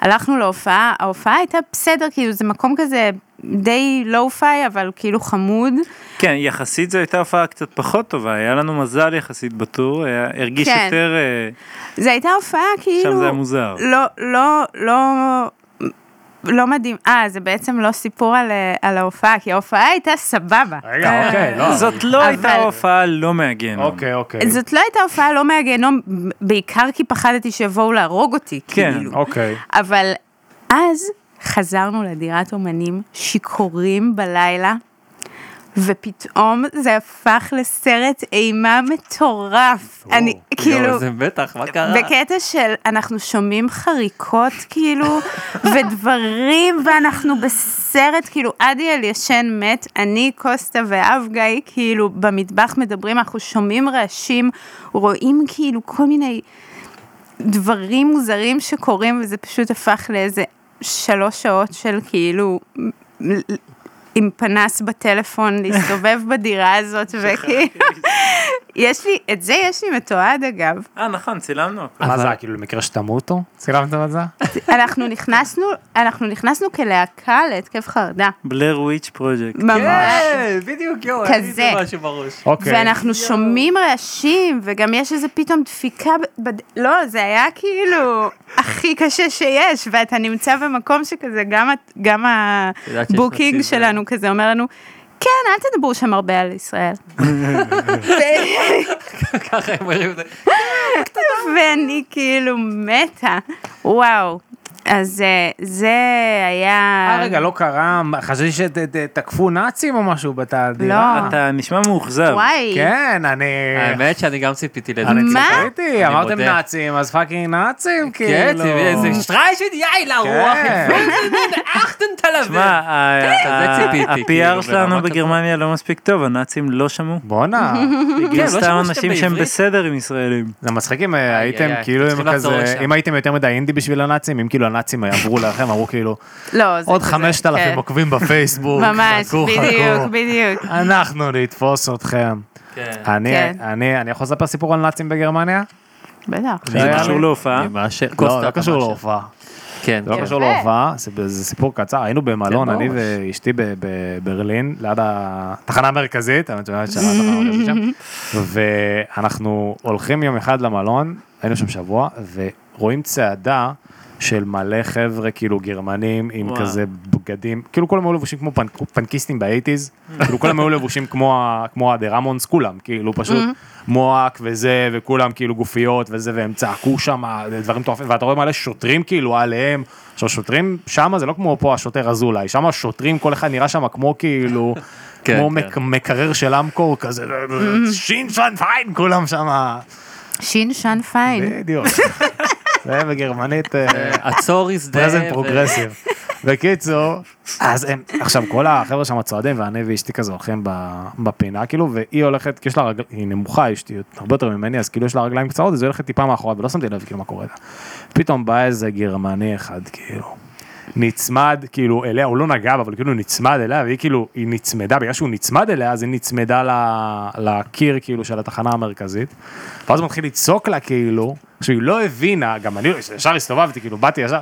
S8: הלכנו להופעה, ההופעה הייתה בסדר, כאילו זה מקום כזה די לואו-פיי, אבל כאילו חמוד.
S9: כן, יחסית זו הייתה הופעה קצת פחות טובה, היה לנו מזל יחסית בטור, היה- הרגיש
S8: כן.
S9: יותר, אה,
S8: זו הייתה הופעה כאילו...
S9: שם זה היה מוזר.
S8: לא, לא, לא... לא מדהים, אה, זה בעצם לא סיפור על, אה, על ההופעה, כי ההופעה הייתה סבבה.
S6: רגע, אוקיי, לא.
S9: זאת לא הייתה
S8: אבל-
S9: הופעה לא מהגיהנום.
S6: אוקיי, אוקיי.
S8: זאת לא הייתה הופעה לא מהגיהנום, בעיקר כי פחדתי שיבואו להרוג אותי,
S9: כן,
S8: כאילו.
S6: אוקיי.
S8: אבל אז חזרנו לדירת אומנים שיכורים בלילה, ופתאום זה הפך לסרט אימה מטורף. אני כאילו...
S7: יואו, לא, זה בטח, מה קרה?
S8: בקטע של אנחנו שומעים חריקות כאילו, ודברים, ואנחנו בסרט, כאילו, אדיאל ישן מת, אני, קוסטה ואב גיא, כאילו, במטבח מדברים, אנחנו שומעים רעשים, רואים כאילו כל מיני דברים מוזרים שקורים, וזה פשוט הפך לאיזה שלוש שעות של כאילו... עם פנס בטלפון, להסתובב בדירה הזאת, וכאילו, יש לי, את זה יש לי מתועד אגב,
S9: אה, נכון, צילמנו הכל.
S6: מה זה היה, כאילו למקרה שתמותו? צילמתם את זה?
S8: כן. אנחנו נכנסנו, אנחנו נכנסנו כלהקה להתקף חרדה.
S9: בלר וויץ' פרויקט.
S8: ממש.
S7: אה, בדיוק, יואו,
S8: כזה. עשיתי
S7: משהו בראש.
S6: אוקיי.
S8: כן. ואנחנו שומעים רעשים, וגם יש איזה פתאום דפיקה, ב- בד... לא, זה היה כאילו הכי קשה שיש, ואתה נמצא במקום שכזה, גם, ה- גם
S7: יודעת שיש
S8: הבוקינג
S7: נציג,
S8: שלנו כזה אומר לנו, כן, אל תדברו שם הרבה על ישראל. ו-
S7: ככה הם אומרים את זה.
S8: ואני כאילו מתה, וואו. אז אה, זה היה...
S6: אה, רגע, לא קרה, חשבתי שתקפו נאצים או משהו בתדירה.
S8: לא.
S9: אתה נשמע מאוכזב.
S8: וואי.
S6: כן, אני...
S7: האמת שאני גם ציפיתי לזה.
S8: מה?
S6: ראיתי,
S7: אה? אני
S6: אמרתם
S7: מודה.
S6: נאצים, אז פאקינג נאצים,
S7: כן,
S6: כאילו.
S7: ציפיתי איזה שטריישן יאילה רוח.
S6: כן.
S7: אכטן תל אביב.
S9: שמע, ה- ה-
S7: זה ציפיתי, כאילו,
S9: ה-PR שלנו
S7: ברמת
S9: בגרמניה לא מספיק טוב, הנאצים לא שמעו.
S6: בואנה.
S9: הגיעו
S7: לא שמעו
S9: סתם
S7: שאתם
S9: אנשים שהם
S7: בעברית?
S9: בסדר עם ישראלים.
S6: זה מצחיק אם אה, הייתם
S7: איי,
S6: כאילו
S7: צריכים
S6: עם
S7: לחזור
S6: כזה,
S7: לשם.
S6: אם הייתם יותר מדי אינדי בשביל הנאצים, אם כאילו הנאצים עברו לכם, אמרו כאילו,
S8: לא, זה
S6: עוד
S8: כזה,
S6: 5,000
S8: כן.
S6: עוקבים בפייסבוק,
S8: ממש,
S6: חכו,
S8: בדיוק,
S6: חכו,
S8: בדיוק.
S6: אנחנו נתפוס אתכם.
S7: כן.
S6: אני,
S8: כן.
S6: אני, אני יכול לספר סיפור על נאצים בגרמניה?
S8: בטח.
S9: זה
S6: היה
S9: קשור
S6: לי.
S9: להופעה.
S7: מה ש...
S6: לא, זה לא קשור להופעה.
S7: כן.
S6: זה לא קשור להופעה, זה- זה סיפור קצר, היינו במלון,
S7: כן,
S6: אני
S7: ברור.
S6: ואשתי ב- בברלין, ליד התחנה המרכזית, האמת שבאמת שם התחנה המרכזית שם, ואנחנו הולכים יום אחד למלון, היינו שם שבוע, רואים צעדה של מלא חבר'ה, כאילו גרמנים, עם
S9: וואו.
S6: כזה בגדים, כאילו כולם היו לבושים כמו פנק, פנקיסטים באייטיז,
S7: Mm.
S6: כאילו כולם היו לבושים כמו, ה- כמו הדרמונס, כולם, כאילו פשוט
S7: Mm-hmm.
S6: מואק וזה, וכולם כאילו גופיות וזה, והם צעקו שם דברים מטורפים, ואתה רואה מלא שוטרים כאילו עליהם. עכשיו שוטרים, שם זה לא כמו פה השוטר אזולאי, שם השוטרים, כל אחד נראה שם כמו כאילו,
S7: כן,
S6: כמו
S7: כן. Mm-hmm.
S6: מק- מקרר של אמקור כזה, שין פן פיין, כולם שם.
S8: שין שן פיין.
S6: בדיוק. זה בגרמנית אה,
S7: כן. עצור הזדהה.
S6: פרזנט
S7: ו-
S6: פרוגרסיב. בקיצור, אז הם, עכשיו כל החבר'ה שם צועדים ואני ואשתי כזה הולכים ב- בפינה כאילו, והיא הולכת, כי יש לה רגליים, היא נמוכה, אשתי הרבה יותר ממני, אז כאילו יש לה רגליים קצרות, אז היא הולכת טיפה מאחוריו ולא שמתי לב כאילו מה קורה לה. פתאום בא איזה גרמני אחד כאילו. נצמד כאילו אליה, הוא לא נגע בה, אבל כאילו נצמד אליה, והיא כאילו, היא נצמדה, בגלל שהוא נצמד אליה, אז היא נצמדה ל- לקיר כאילו של התחנה המרכזית. ואז הוא מתחיל לצעוק לה כאילו, עכשיו היא לא הבינה, גם אני ישר הסתובבתי, כאילו באתי ישר,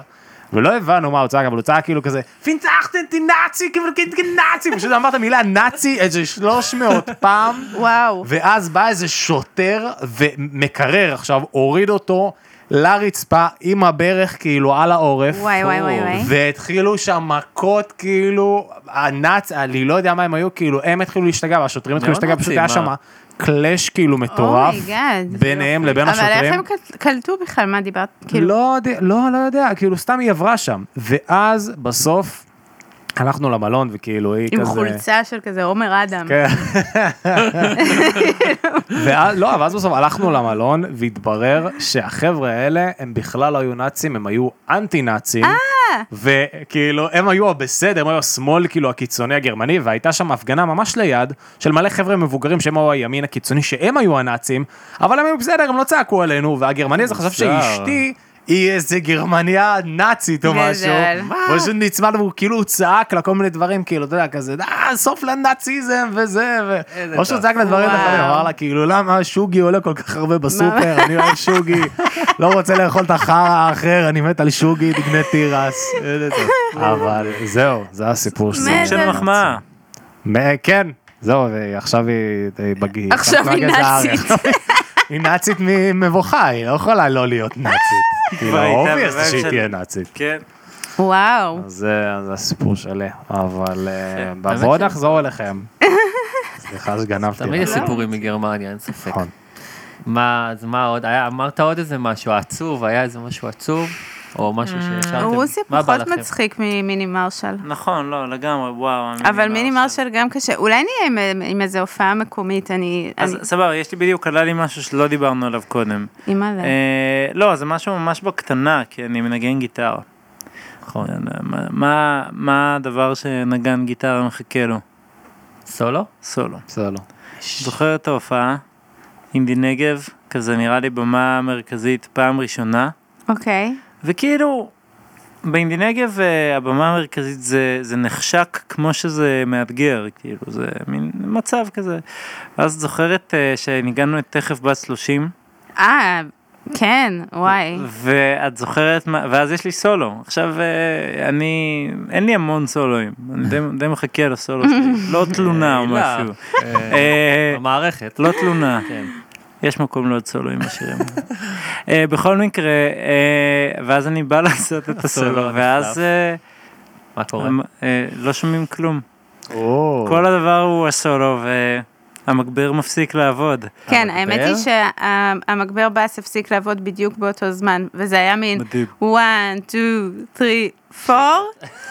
S6: ולא הבנו מה הוא צעק, אבל הוא צעק כאילו כזה, פינצחתם אותי נאצי, כאילו כאילו נאצי, פשוט אמר את המילה נאצי איזה 300 פעם.
S8: וואו.
S6: ואז בא איזה שוטר ומקרר עכשיו, הוריד אותו לרצפה עם הברך כאילו על העורף.
S8: וואי, וואי, וואי, וואי.
S6: והתחילו שם מכות כאילו, הנאצ, אני לא יודע מה הם היו, כאילו הם התחילו להשתגע והשוטרים התחילו
S7: מאוד
S6: להשתגע, פשוט היה
S8: אה.
S7: מוצאים,
S6: שם קלאש כאילו
S8: Oh
S6: מטורף.
S8: אומייגאד.
S6: ביניהם לבין
S8: אבל איך
S6: השוטרים.
S8: הם קל- קלטו בכלל מה דיברת? כאילו,
S6: לא, יודע- לא, לא יודע, כאילו סתם היא עברה שם. ואז בסוף הלכנו למלון וכאילו היא
S8: עם
S6: כזה...
S8: חולצה של כזה עומר אדם.
S6: כן. ואז, לא, ואז בסוף הלכנו למלון, והתברר שהחבר'ה האלה, הם בכלל לא היו נאצים, הם היו אנטי-נאצים. וכאילו, הם היו הבסדר, הם היו השמאל, כאילו, הקיצוני הגרמני, והייתה שם הפגנה ממש ליד, של מלא חבר'ה מבוגרים שהם היו הימין הקיצוני, שהם היו הנאצים, אבל הם היו בסדר, הם לא צעקו עלינו, והגרמני הזה חשב
S7: מוזר.
S6: שאשתי... היא איזה גרמניה נאצית או
S8: גדל.
S6: משהו, הוא פשוט נצמד והוא כאילו צעק לה כל מיני דברים, כאילו, אתה יודע, כזה, אה, סוף לנאציזם וזה, ו... או שהוא צעק לה דברים
S8: וואו.
S6: אחרים, אמר לה, כאילו, למה שוגי עולה כל כך הרבה בסופר, אני אוהב שוגי, לא רוצה לאכול את החרא האחר, אני מת על שוגי, דגני תירס. אבל זהו, זה הסיפור שלי.
S8: מת.
S9: של מחמאה.
S6: מ- כן, זהו, ועכשיו היא אה, היא בגיא.
S8: עכשיו היא
S6: בגזע הארי.
S8: נאצית.
S6: היא נאצית ממבוכה, היא לא יכולה לא להיות נאצית. כאילו,
S9: כבר הייתה
S6: אובייס
S9: בבית
S6: שהיא
S9: של-
S6: תהיה נאצית.
S9: כן.
S8: וואו.
S6: אז זה אז זה הסיפור שלי, אבל אה,
S7: יפה.
S6: ב- בואו נחזור אליכם. סליחה שגנבתי.
S7: תמיד יש
S6: לך.
S7: סיפורים מגרמניה, אין ספק.
S6: כן. נכון.
S7: מה, אז מה עוד? היה- אמרת עוד איזה משהו עצוב, היה איזה משהו עצוב? או משהו שהשארתם?
S8: רוסיה
S7: מה בא
S8: פחות
S7: לכם?
S8: מצחיק ממיני מרשל.
S9: נכון, לא, לגמרי, וואו. לא המיני
S8: אבל מיני מרשל גם קשה. אולי נהיה עם- עם איזו הופעה מקומית, אני...
S9: אז
S8: אני-
S9: סבבה, יש לי בדיוק, עלה לי משהו שלא דיברנו עליו קודם.
S8: אימא'לה.
S9: אה, לא, זה משהו ממש בקטנה, כי אני מנגן גיטרה.
S7: נכון.
S9: מה- מה- מה הדבר שנגן גיטרה מחכה לו?
S7: סולו?
S9: סולו.
S6: בסדר, לא.
S9: זוכר את ההופעה? אינדי נגב, כזה נראה לי במה מרכזית פעם ראשונה.
S8: אוקיי.
S9: וכאילו, באינדי נגב אה, הבמה המרכזית זה, זה נחשק כמו שזה מאתגר, כאילו, זה מין מצב כזה. ואז את זוכרת אה, שניגענו את תכף בת 30,
S8: אה, כן, וואי.
S9: ואת זוכרת, מה- ואז יש לי סולו. עכשיו, אה, אני, אין לי המון סולואים, אני די, די מחכה לסולו שלי, לא תלונה או
S7: הילה.
S9: משהו.
S7: אה,
S9: אה,
S7: המערכת.
S9: לא תלונה.
S7: כן.
S9: יש מקום לעוד סולואים בשירים. אה, בכל מקרה, אה, ואז אני בא לעשות את הסולו,
S7: הסולו
S9: ואז
S7: הנפלא.
S9: אה,
S7: מה קורה?
S9: אמ- אה, לא שומעים כלום.
S6: או,
S9: כל הדבר הוא הסולו, והמגביר מפסיק לעבוד.
S8: כן,
S7: המגבר?
S8: האמת היא שהמגבר בס הפסיק לעבוד בדיוק באותו זמן, וזה היה מין
S9: מדהים.
S8: 1, 2, 3, 4,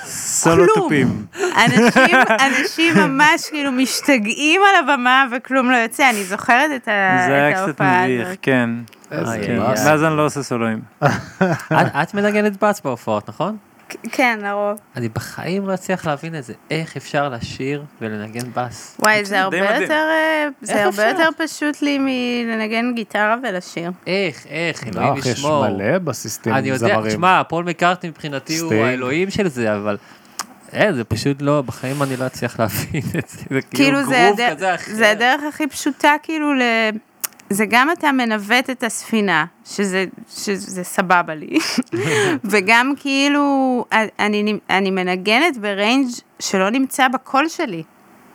S9: סולו
S8: כלום.
S9: תופים.
S8: אנשים, אנשים ממש כאילו משתגעים על הבמה וכלום לא יוצא, אני זוכרת את ה-
S9: זה
S8: את
S9: היה קצת
S8: ההופעה
S9: מביך,
S8: הזאת.
S9: כן.
S6: אה,
S7: איי,
S9: כן.
S7: איי, איי.
S9: ואז אני לא עושה סולואים.
S7: את- את מנגנת בץ בהופעות, נכון?
S8: כן, לרוב.
S7: אני בחיים לא אצליח להבין את זה. איך אפשר לשיר ולנגן בס?
S8: וואי, זה הרבה
S9: די מדהים.
S8: יותר, אה,
S7: איך
S8: זה הרבה
S7: אפשר?
S8: יותר פשוט לי מלנגן גיטרה ולשיר.
S7: איך, איך,
S6: לא,
S7: אלוהים
S6: אחי, יש
S7: ישמור.
S6: מלא בסיסטים
S7: אני יודע,
S6: כן, זמרים.
S7: תשמע, פול מקארטי מבחינתי הוא
S6: סטינג.
S7: האלוהים של זה, אבל... אין, זה פשוט לא, בחיים אני לא אצליח להבין את זה. זה
S8: כאילו
S7: כאילו
S8: זה,
S7: גרוב
S8: הדר-
S7: כזה אחר.
S8: זה הדרך הכי פשוטה כאילו ל... זה גם אתה מנווט את הספינה, שזה, שזה סבבה לי, וגם כאילו אני, אני מנגנת בריינג' שלא נמצא בקול שלי.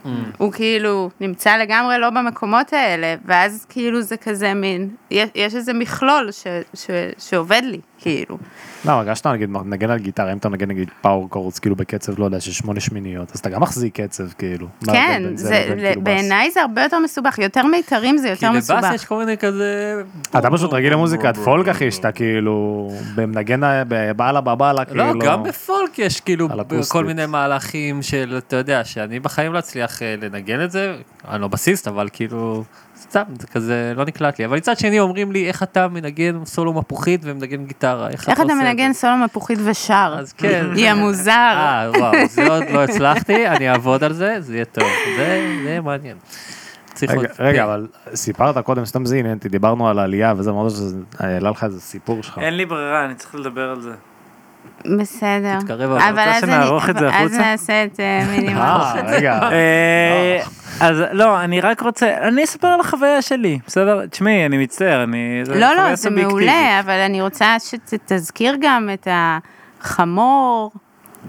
S7: Mm.
S8: הוא כאילו נמצא לגמרי לא במקומות האלה, ואז כאילו זה כזה מין, יש, יש איזה מכלול ש, ש, שעובד לי. כאילו.
S6: לא, הרגשת נגיד, נגן על גיטרה, אם אתה מנגן נגיד פאור קורדס, כאילו בקצב, לא יודע, של שמונה שמיניות, אז אתה גם מחזיק קצב, כאילו. מה ההבדל
S8: כן,
S6: בין
S8: זה-
S6: לבין, כאילו, בס?
S8: בעיניי זה הרבה יותר מסובך, יותר מיתרים זה
S7: כי
S8: יותר
S7: לבאס
S8: מסובך.
S7: יש כל מיני כזה...
S6: אתה פשוט רגיל למוזיקת פולק, אחי, שאתה כאילו, במנגן ה- בבעלה בבעלה, כאילו.
S7: לא, גם בפולק יש כאילו
S6: על
S7: ב-
S6: אקוסטית.
S7: כל מיני מהלכים של, אתה יודע, שאני בחיים לא אצליח אה, לנגן את זה, אני לא בסיסט, אבל כאילו, סתם, זה כזה לא נקלט לי. אבל מצד שני אומרים לי, איך אתה מנגן סולו מפוחית ומנגן גיטרה?
S8: איך אתה
S7: עושה את זה?"
S8: מנגן סולו מפוחית ושר?
S7: אז כן.
S8: יא מוזר.
S7: אה, וואו, זה עוד לא הצלחתי, אני אעבוד על זה, זה יהיה טוב. זה, זה מעניין. צריך
S6: רגע,
S7: עוד
S6: רגע,
S7: פרק.
S6: אבל סיפרת קודם, סתם זה עניין אותי, דיברנו על העלייה, וזה אמרת שזה העלה לך איזה סיפור שלך.
S7: אה,
S9: אין לי ברירה, אני צריך לדבר על זה.
S8: בסדר.
S7: תתקרב, אבל
S8: אבל
S9: רוצה
S8: אז אני-
S9: שנערוך את זה
S8: אז
S9: החוצה?
S8: נעשה את אה, מינימום.
S6: אה, רגע.
S9: אה, אז לא, אני רק רוצה, אני אספר על החוויה שלי, בסדר? תשמעי, אני מצטער, אני... זו
S8: לא,
S9: חוויה
S8: לא, זה
S9: סובייקטיבית.
S8: מעולה, אבל אני רוצה שתזכיר גם את החמור,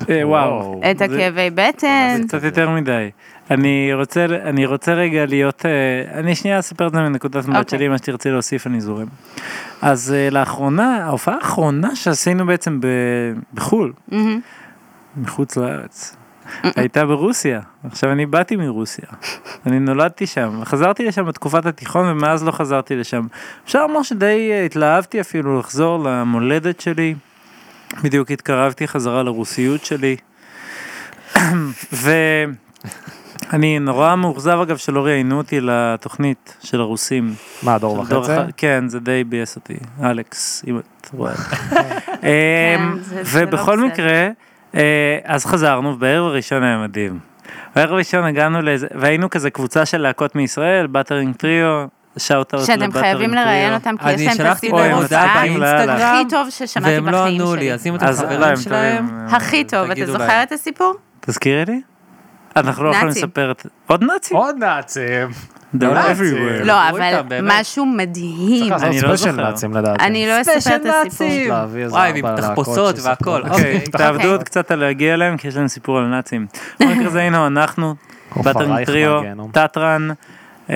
S9: אה, וואו.
S8: את
S9: זה-
S8: הכאבי
S9: זה
S8: בטן.
S9: קצת יותר מדי. אני רוצה, אני רוצה רגע להיות, אה, אני שנייה אספר את זה מנקודת מבט
S8: אוקיי.
S9: שלי, מה שתרצי להוסיף אני זורם. אז אה, לאחרונה, ההופעה האחרונה שעשינו בעצם ב- בחו"ל,
S8: מהמם.
S9: מחוץ לארץ.
S8: אה,
S9: הייתה ברוסיה, עכשיו אני באתי מרוסיה, אני נולדתי שם, חזרתי לשם בתקופת התיכון ומאז לא חזרתי לשם. אפשר לומר שדי אה, התלהבתי אפילו לחזור למולדת שלי, בדיוק התקרבתי חזרה לרוסיות שלי, ואני נורא מאוכזב אגב שלא ראיינו אותי לתוכנית של הרוסים.
S6: מה, דור
S9: של דור
S6: וחצי?
S9: אחד- כן, זה די ביאס אותי, אלכס, אם את רואה. אמ,
S8: זה- זה לא
S9: ובכל
S8: בסדר.
S9: מקרה, אה, אז חזרנו, בערב הראשון היה מדהים. בערב הראשון הגענו לאיזה, והיינו כזה קבוצה של להקות מישראל, באטרינג טריו, שאוט אאוט
S8: שאתם חייבים לראיין אותם, כי יש
S7: אני
S8: להם
S7: שלחתי
S8: תקציב
S9: להם
S7: להם
S9: הודעה
S8: להופעה.
S7: הודעה
S9: באינסטגרם,
S7: באינסטגרם,
S8: הכי טוב ששמעתי
S7: והם לא
S8: בחיים
S7: ענו לי,
S8: שלי.
S7: אז אם אתם
S9: אז לא,
S7: חברים
S9: הם
S7: שלהם,
S9: טובים.
S8: הכי טוב, אתה
S7: תגידו
S8: זוכר
S7: להם.
S8: את הסיפור?
S9: תזכירי לי? אנחנו לא יכולים
S8: נאצים.
S9: לספר את... עוד נאצים?
S6: עוד נאצים.
S9: They're
S6: נאצים.
S9: everywhere.
S8: לא,
S7: דיברו
S8: אבל
S7: איתם, באמת.
S8: משהו מדהים.
S6: צריך
S9: אני
S6: לעשות
S9: לא
S6: ספיישל
S9: זוכר.
S6: נאצים לדעתי.
S8: אני לא אספר את הסיפור.
S6: להביא איזה
S7: וואי,
S6: ארבע
S7: עם
S6: להקות
S7: תחפושות
S6: שספרו.
S7: והכל,
S9: אוקיי,
S7: אוקיי.
S9: תעבדו עוד
S8: אוקיי.
S9: קצת על להגיע אליהם, כי יש להם סיפור על נאצים. בכל מקרה זה היינו אנחנו,
S6: עופרה
S9: באטרינג
S6: רייך
S9: טריו,
S6: מהגיהנום.
S9: טטרן, אמ,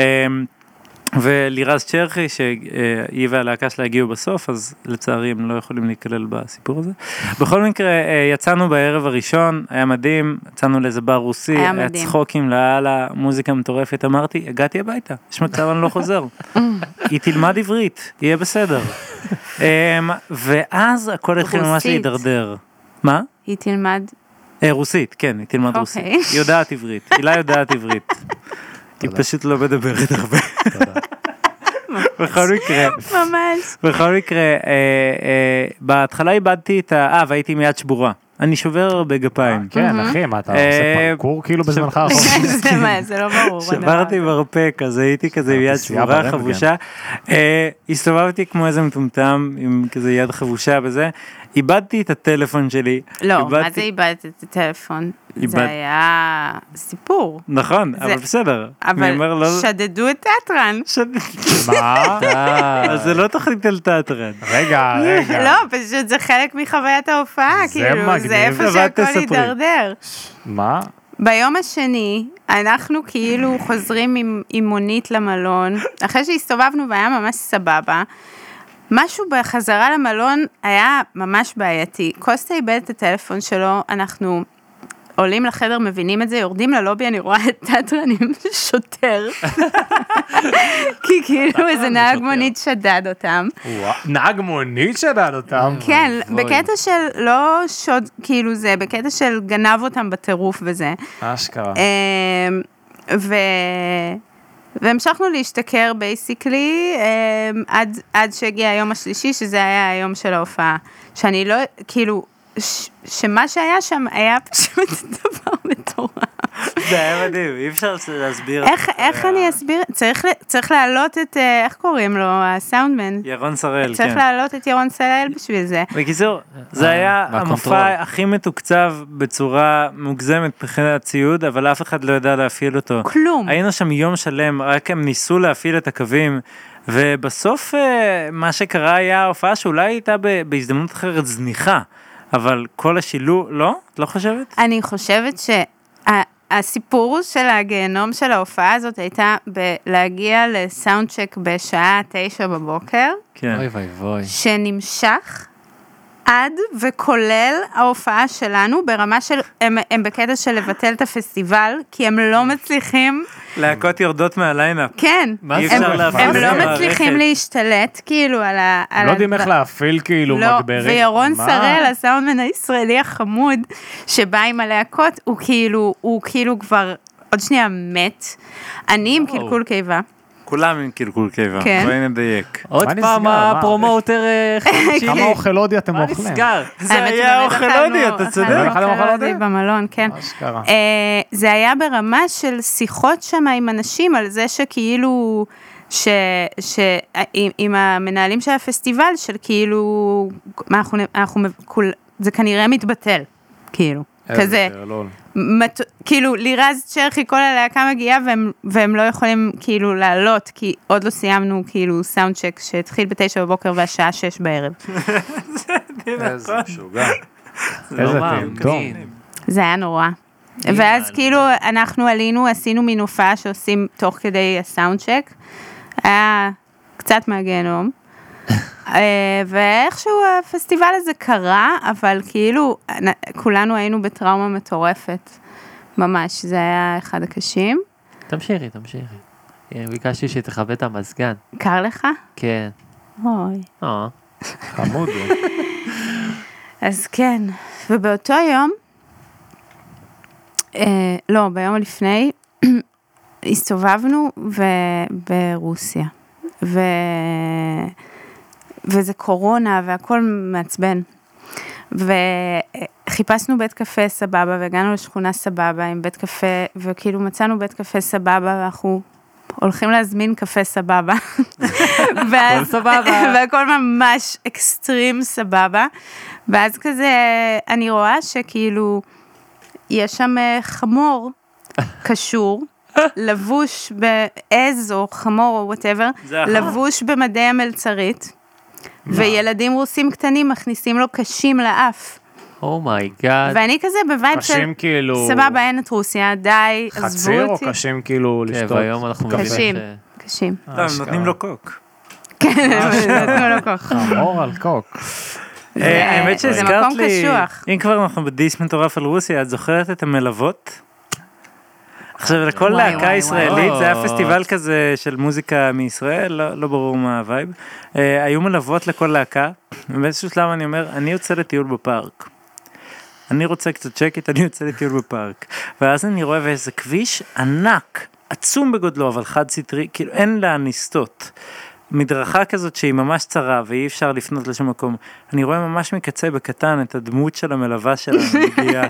S9: ולירז צ'רחי, שהיא והלהקה שלה הגיעו בסוף, אז לצערי הם לא יכולים להיכלל בסיפור הזה. בכל מקרה, אה, יצאנו בערב הראשון, היה מדהים, יצאנו לאיזה בר רוסי,
S8: היה
S9: היה
S8: מדהים.
S9: צחוקים לאללה, מוזיקה מטורפת, אמרתי, הגעתי הביתה, יש מצב אני לא חוזר. היא תלמד עברית, יהיה בסדר. אמ, ואז הכל התחיל ממש
S8: רוסית.
S9: להידרדר. מה?
S8: היא תלמד.
S9: אה, רוסית, כן, היא תלמד
S8: אוקיי.
S9: רוסית. היא יודעת עברית, הילה יודעת עברית. היא פשוט לא מדברת הרבה. בכל מקרה,
S8: ממש.
S9: בכל מקרה, אה, אה, בהתחלה איבדתי את ה... אה, והייתי עם יד שבורה. אני שובר הרבה גפיים.
S8: אוקיי,
S6: כן, אחי, מה, אתה עושה
S9: אה,
S6: פרקור כאילו בזמנך האחרון?
S8: זה מה, זה לא ברור. הדבר
S9: שברתי
S8: הזה.
S9: מרפק, אז הייתי כזה עם יד
S6: פציעה
S9: שבורה,
S6: ברנטגן.
S9: חבושה. אה, הסתובבתי כמו איזה מטומטם עם כזה יד חבושה וזה. איבדתי את הטלפון שלי.
S8: לא, מה
S9: איבדתי-
S8: זה איבדת את הטלפון?
S9: איבד-
S8: זה היה סיפור.
S9: נכון,
S8: זה-
S9: אבל בסדר. אני
S8: אבל
S9: אומר, לא...
S8: שדדו את תיאטרן.
S9: ש-
S6: מה?
S9: אז זה לא תוכנית על תיאטרן.
S6: רגע, רגע.
S8: לא, פשוט זה חלק מחוויית ההופעה,
S6: זה
S8: כאילו,
S6: מגניב.
S8: זה איפה
S9: אבל
S8: שהכל
S9: תספרי.
S8: הידרדר.
S6: מה?
S8: ביום השני, אנחנו כאילו חוזרים עם- עם מונית למלון, אחרי שהסתובבנו והיה ממש סבבה. משהו בחזרה למלון היה ממש בעייתי. קוסטה איבד את הטלפון שלו, אנחנו עולים לחדר, מבינים את זה, יורדים ללובי, אני רואה את תיאטרנים שוטר. כי כאילו איזה נהג
S7: ושוטר.
S8: מונית שדד אותם.
S6: נהג מונית שדד אותם.
S8: כן, בקטע של לא שוד, כאילו זה, בקטע של גנב אותם בטירוף וזה.
S6: אשכרה.
S8: אמ, ו... והמשכנו להשתכר בייסיקלי עד, עד שהגיע היום השלישי, שזה היה היום של ההופעה. שאני לא, כאילו, ש, שמה שהיה שם היה פשוט דבר מטורף.
S9: זה היה מדהים, אי אפשר להסביר. אה,
S8: איך, איך אני אסביר? צריך, ל- צריך להעלות את, אה, איך קוראים לו, הסאונדמן.
S9: ירון שראל,
S8: צריך
S9: כן.
S8: להעלות את ירון סלל בשביל זה.
S9: בקיצור, זה היה
S7: מהקונטרול.
S9: המופע הכי מתוקצב בצורה מוגזמת מבחינת ציוד, אבל אף אחד לא ידע להפעיל אותו.
S8: כלום.
S9: היינו שם יום שלם, רק הם ניסו להפעיל את הקווים, ובסוף אה, מה שקרה היה הופעה שאולי הייתה ב- בהזדמנות אחרת זניחה, אבל כל השילוב, לא? את לא חושבת?
S8: אני חושבת שהסיפור של הגיהנום של ההופעה הזאת הייתה בלהגיע לסאונד צ'ק בשעה תשע בבוקר,
S9: כן.
S7: אוי ואבוי.
S8: שנמשך עד וכולל ההופעה שלנו, ברמה של, הם, הם בקטע של לבטל את הפסטיבל, כי הם לא מצליחים,
S9: להקות יורדות מהליינאפ.
S8: כן,
S7: מה
S9: אי
S7: זה
S9: אפשר
S7: הם-
S9: להפריד
S8: הם
S9: את
S8: לא
S9: המערכת.
S8: מצליחים להשתלט כאילו על ה... על
S6: לא יודעים
S8: הדבר-
S6: איך להפעיל כאילו
S8: לא,
S6: מגברת.
S8: וירון
S6: מה?
S8: שראל, הסאונדמן הישראלי החמוד, שבא עם הלהקות, הוא כאילו, הוא כאילו כבר עוד שנייה מת. אני עם קלקול קיבה.
S9: כולם עם קלקול קיבה,
S8: כן.
S9: בואי נדייק.
S7: עוד
S6: מה נסגר?
S7: פעם
S6: מה?
S7: הפרומוטר אה, חמישי.
S6: כמה אוכל הודי אתם
S7: מה
S6: אוכלים?
S7: נסגר?
S9: זה
S8: האמת
S9: היה
S8: שבאמת
S9: אוכל
S8: אכלנו-
S9: הודי, אתה
S8: אכלנו
S9: צודק.
S6: אכל אוכל
S8: הודי
S6: הודי?
S8: במלון, כן.
S6: אשכרה.
S8: אה, זה היה ברמה של שיחות שם עם אנשים על זה שכאילו, ש, ש, עם, עם המנהלים של הפסטיבל, של כאילו, מה אנחנו, אנחנו כול, זה כנראה מתבטל, כאילו, כזה.
S6: איזה טרלול.
S8: מת... כאילו לירז צ'רחי כל הלהקה מגיעה והם, והם לא יכולים כאילו לעלות כי עוד לא סיימנו כאילו סאונד צ'ק שהתחיל בתשע בבוקר והשעה שש בערב.
S6: איזה משוגע.
S7: לא
S6: איזה
S7: מאמין.
S6: טמטום.
S8: זה היה נורא. ואז כאילו אנחנו עלינו עשינו מין הופעה שעושים תוך כדי הסאונד צ'ק. היה קצת מהגיהנום. אה, ואיכשהו הפסטיבל הזה קרה אבל כאילו נ- כולנו היינו בטראומה מטורפת. ממש זה היה אחד הקשים.
S7: תמשיכי, תמשיכי. אה, ביקשתי שתכבה את המזגן.
S8: קר לך?
S7: כן.
S8: אוי.
S7: אה.
S6: חמוד הוא.
S8: אז כן, ובאותו יום, אה, לא, ביום לפני, הסתובבנו ו... ברוסיה, ו... וזה קורונה והכל מעצבן. וחיפשנו בית קפה סבבה והגענו לשכונה סבבה עם בית קפה וכאילו מצאנו בית קפה סבבה ואנחנו הולכים להזמין קפה סבבה. ואז,
S7: סבבה.
S8: והכל ממש אקסטרים סבבה. ואז כזה אני רואה שכאילו יש שם אה, חמור קשור. לבוש בעז או חמור או וואטאבר,
S9: זה החמור.
S8: לבוש במדי המלצרית, וילדים רוסים קטנים מכניסים לו קשים לאף.
S7: Oh אומייגאד.
S8: ואני כזה בווייב של,
S6: קשים כאילו...
S8: אה, סבבה, אין את רוסיה, די, עזבו
S6: חציר או
S8: אותי.
S6: קשים כאילו לשתות?
S7: והיום אנחנו מבינים
S8: קשים.
S7: ש-
S8: קשים.
S9: לא, הם נותנים לו קוק.
S8: כן, נתנו לו כוח.
S6: חמור על קוק.
S9: אה,
S8: זה-
S9: האמת
S8: זה
S9: שהזכרת
S8: מקום
S9: לי,
S8: קשוח.
S9: אם כבר אנחנו בדיס מטורף על רוסיה, את זוכרת את המלוות? עכשיו לכל
S8: וואי,
S9: להקה
S8: וואי,
S9: ישראלית,
S7: וואי.
S9: זה היה פסטיבל כזה של מוזיקה מישראל, לא לא ברור מה הווייב, אה, היו מלוות לכל להקה, ובאיזשהו שלב אני אומר, אני יוצא לטיול בפארק. אני רוצה קצת שקט, אני יוצא לטיול בפארק. ואז אני רואה באיזה כביש ענק, עצום בגודלו, אבל חד סטרי, כאילו אין לאן לסטות. מדרכה כזאת שהיא ממש צרה ואי אפשר לפנות לשום מקום. אני רואה ממש מקצה בקטן את הדמות של המלווה שלנו מגיעה,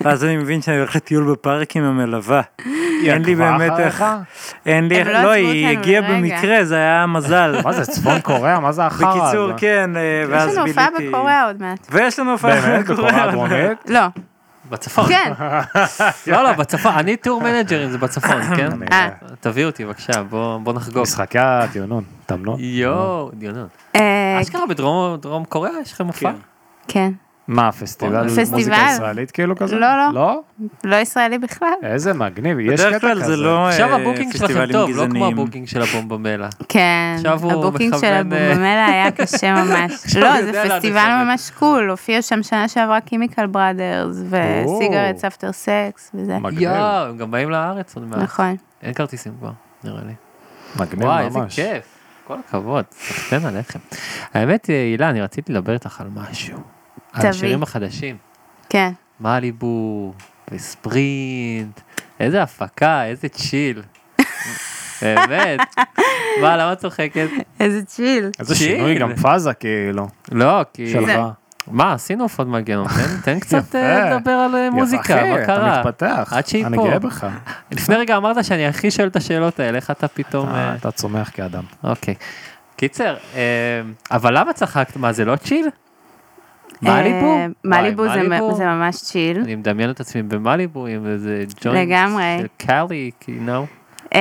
S9: ואז אני מבין שאני הולך לטיול בפארק עם המלווה. אין לי
S6: עקבה
S9: באמת
S6: אחריך?
S9: איך, אין לי
S8: הם
S9: איך,
S8: לא עצרו
S9: לא, היא
S8: אותנו
S9: הגיעה
S8: לרגע.
S9: במקרה, זה היה מזל.
S6: מה זה, צפון קוריאה? מה זה החרא הזה?
S9: בקיצור, כן, אה, ואז
S8: יש לנו
S9: ביליתי.
S8: הופעה בקוריאה עוד מעט.
S9: ויש לנו הופעה
S6: באמת? בקוריאה
S9: בקוריאה.
S6: הדרומית?
S8: לא,
S7: בצפון.
S8: כן,
S7: לא, לא, בצפון. אני טור מנג'ר אם זה בצפון, כן?
S8: אה.
S7: תביא אותי בבקשה, בוא בוא נחגוג.
S6: משחקי הדיונון. תמנון.
S7: יואו, דיונות.
S8: אה,
S7: אשכרה בדרום דרום קוריאה יש לכם הופעה?
S8: כן,
S6: מה, פסטיבל
S8: פסטיבל.
S6: מוזיקה ישראלית כאילו כזה?
S8: לא, לא.
S6: לא?
S8: לא ישראלי בכלל.
S6: איזה מגניב, יש קטע כזה.
S9: בדרך כלל זה לא
S7: עכשיו
S9: אה,
S7: הבוקינג שלכם
S9: פסטיבלים
S7: טוב, לא כמו
S9: גזעניים.
S7: הבוקינג של הבומבמלה.
S8: כן,
S7: עכשיו הוא
S8: הבוקינג של
S7: מכוון, אה,
S8: הבומבמלה היה קשה ממש.
S7: עכשיו
S8: לא,
S7: הוא
S8: זה
S7: יודע לאן
S8: פסטיבל
S7: לכוון.
S8: ממש קול, הופיע שם שנה שעברה קימיקל בראדרס, וסיגרט ספטר סקס וזה.
S6: מגניב,
S7: יואו, הם גם באים לארץ עוד מעט.
S8: נכון.
S7: אין כרטיסים כבר, נראה לי.
S6: מגניב
S7: וואי, איזה
S6: ממש.
S7: כיף. כל הכבוד, סחטיין עליכם. האמת, אה, הילה, אני רציתי לדבר איתך על משהו. על
S8: תביא.
S7: השירים החדשים.
S8: כן,
S7: מאליבו, וספרינט, איזה הפקה, איזה צ'יל. באמת. מה, למה את צוחקת?
S8: איזה צ'יל.
S6: איזה שינוי,
S7: צ'יל.
S6: גם פאזה כאילו,
S7: לא, כי...
S6: שלך.
S7: מה, עשינו הופעות מגנון, תן- תן קצת אה,
S6: יפה.
S7: לדבר על אה, מוזיקה,
S6: אחי,
S7: מה קרה?
S6: אתה מתפתח,
S7: עד שהיא
S6: אני
S7: פה.
S6: גאה בך. אה,
S7: לפני רגע אמרת שאני הכי שואל את השאלות האלה, איך אתה פתאום... אה,
S6: אה, אתה צומח כאדם.
S7: אוקיי. קיצר, אה, אבל למה צחקת? מה, זה לא צ'יל? מאליבו?
S8: אה, מאליבו
S7: וואי,
S8: זה זה ממש צ'יל.
S7: אני מדמיין את עצמי במאליבו עם איזה ג'וינט.
S8: לגמרי.
S7: של קאלי, כאילו.
S8: אה,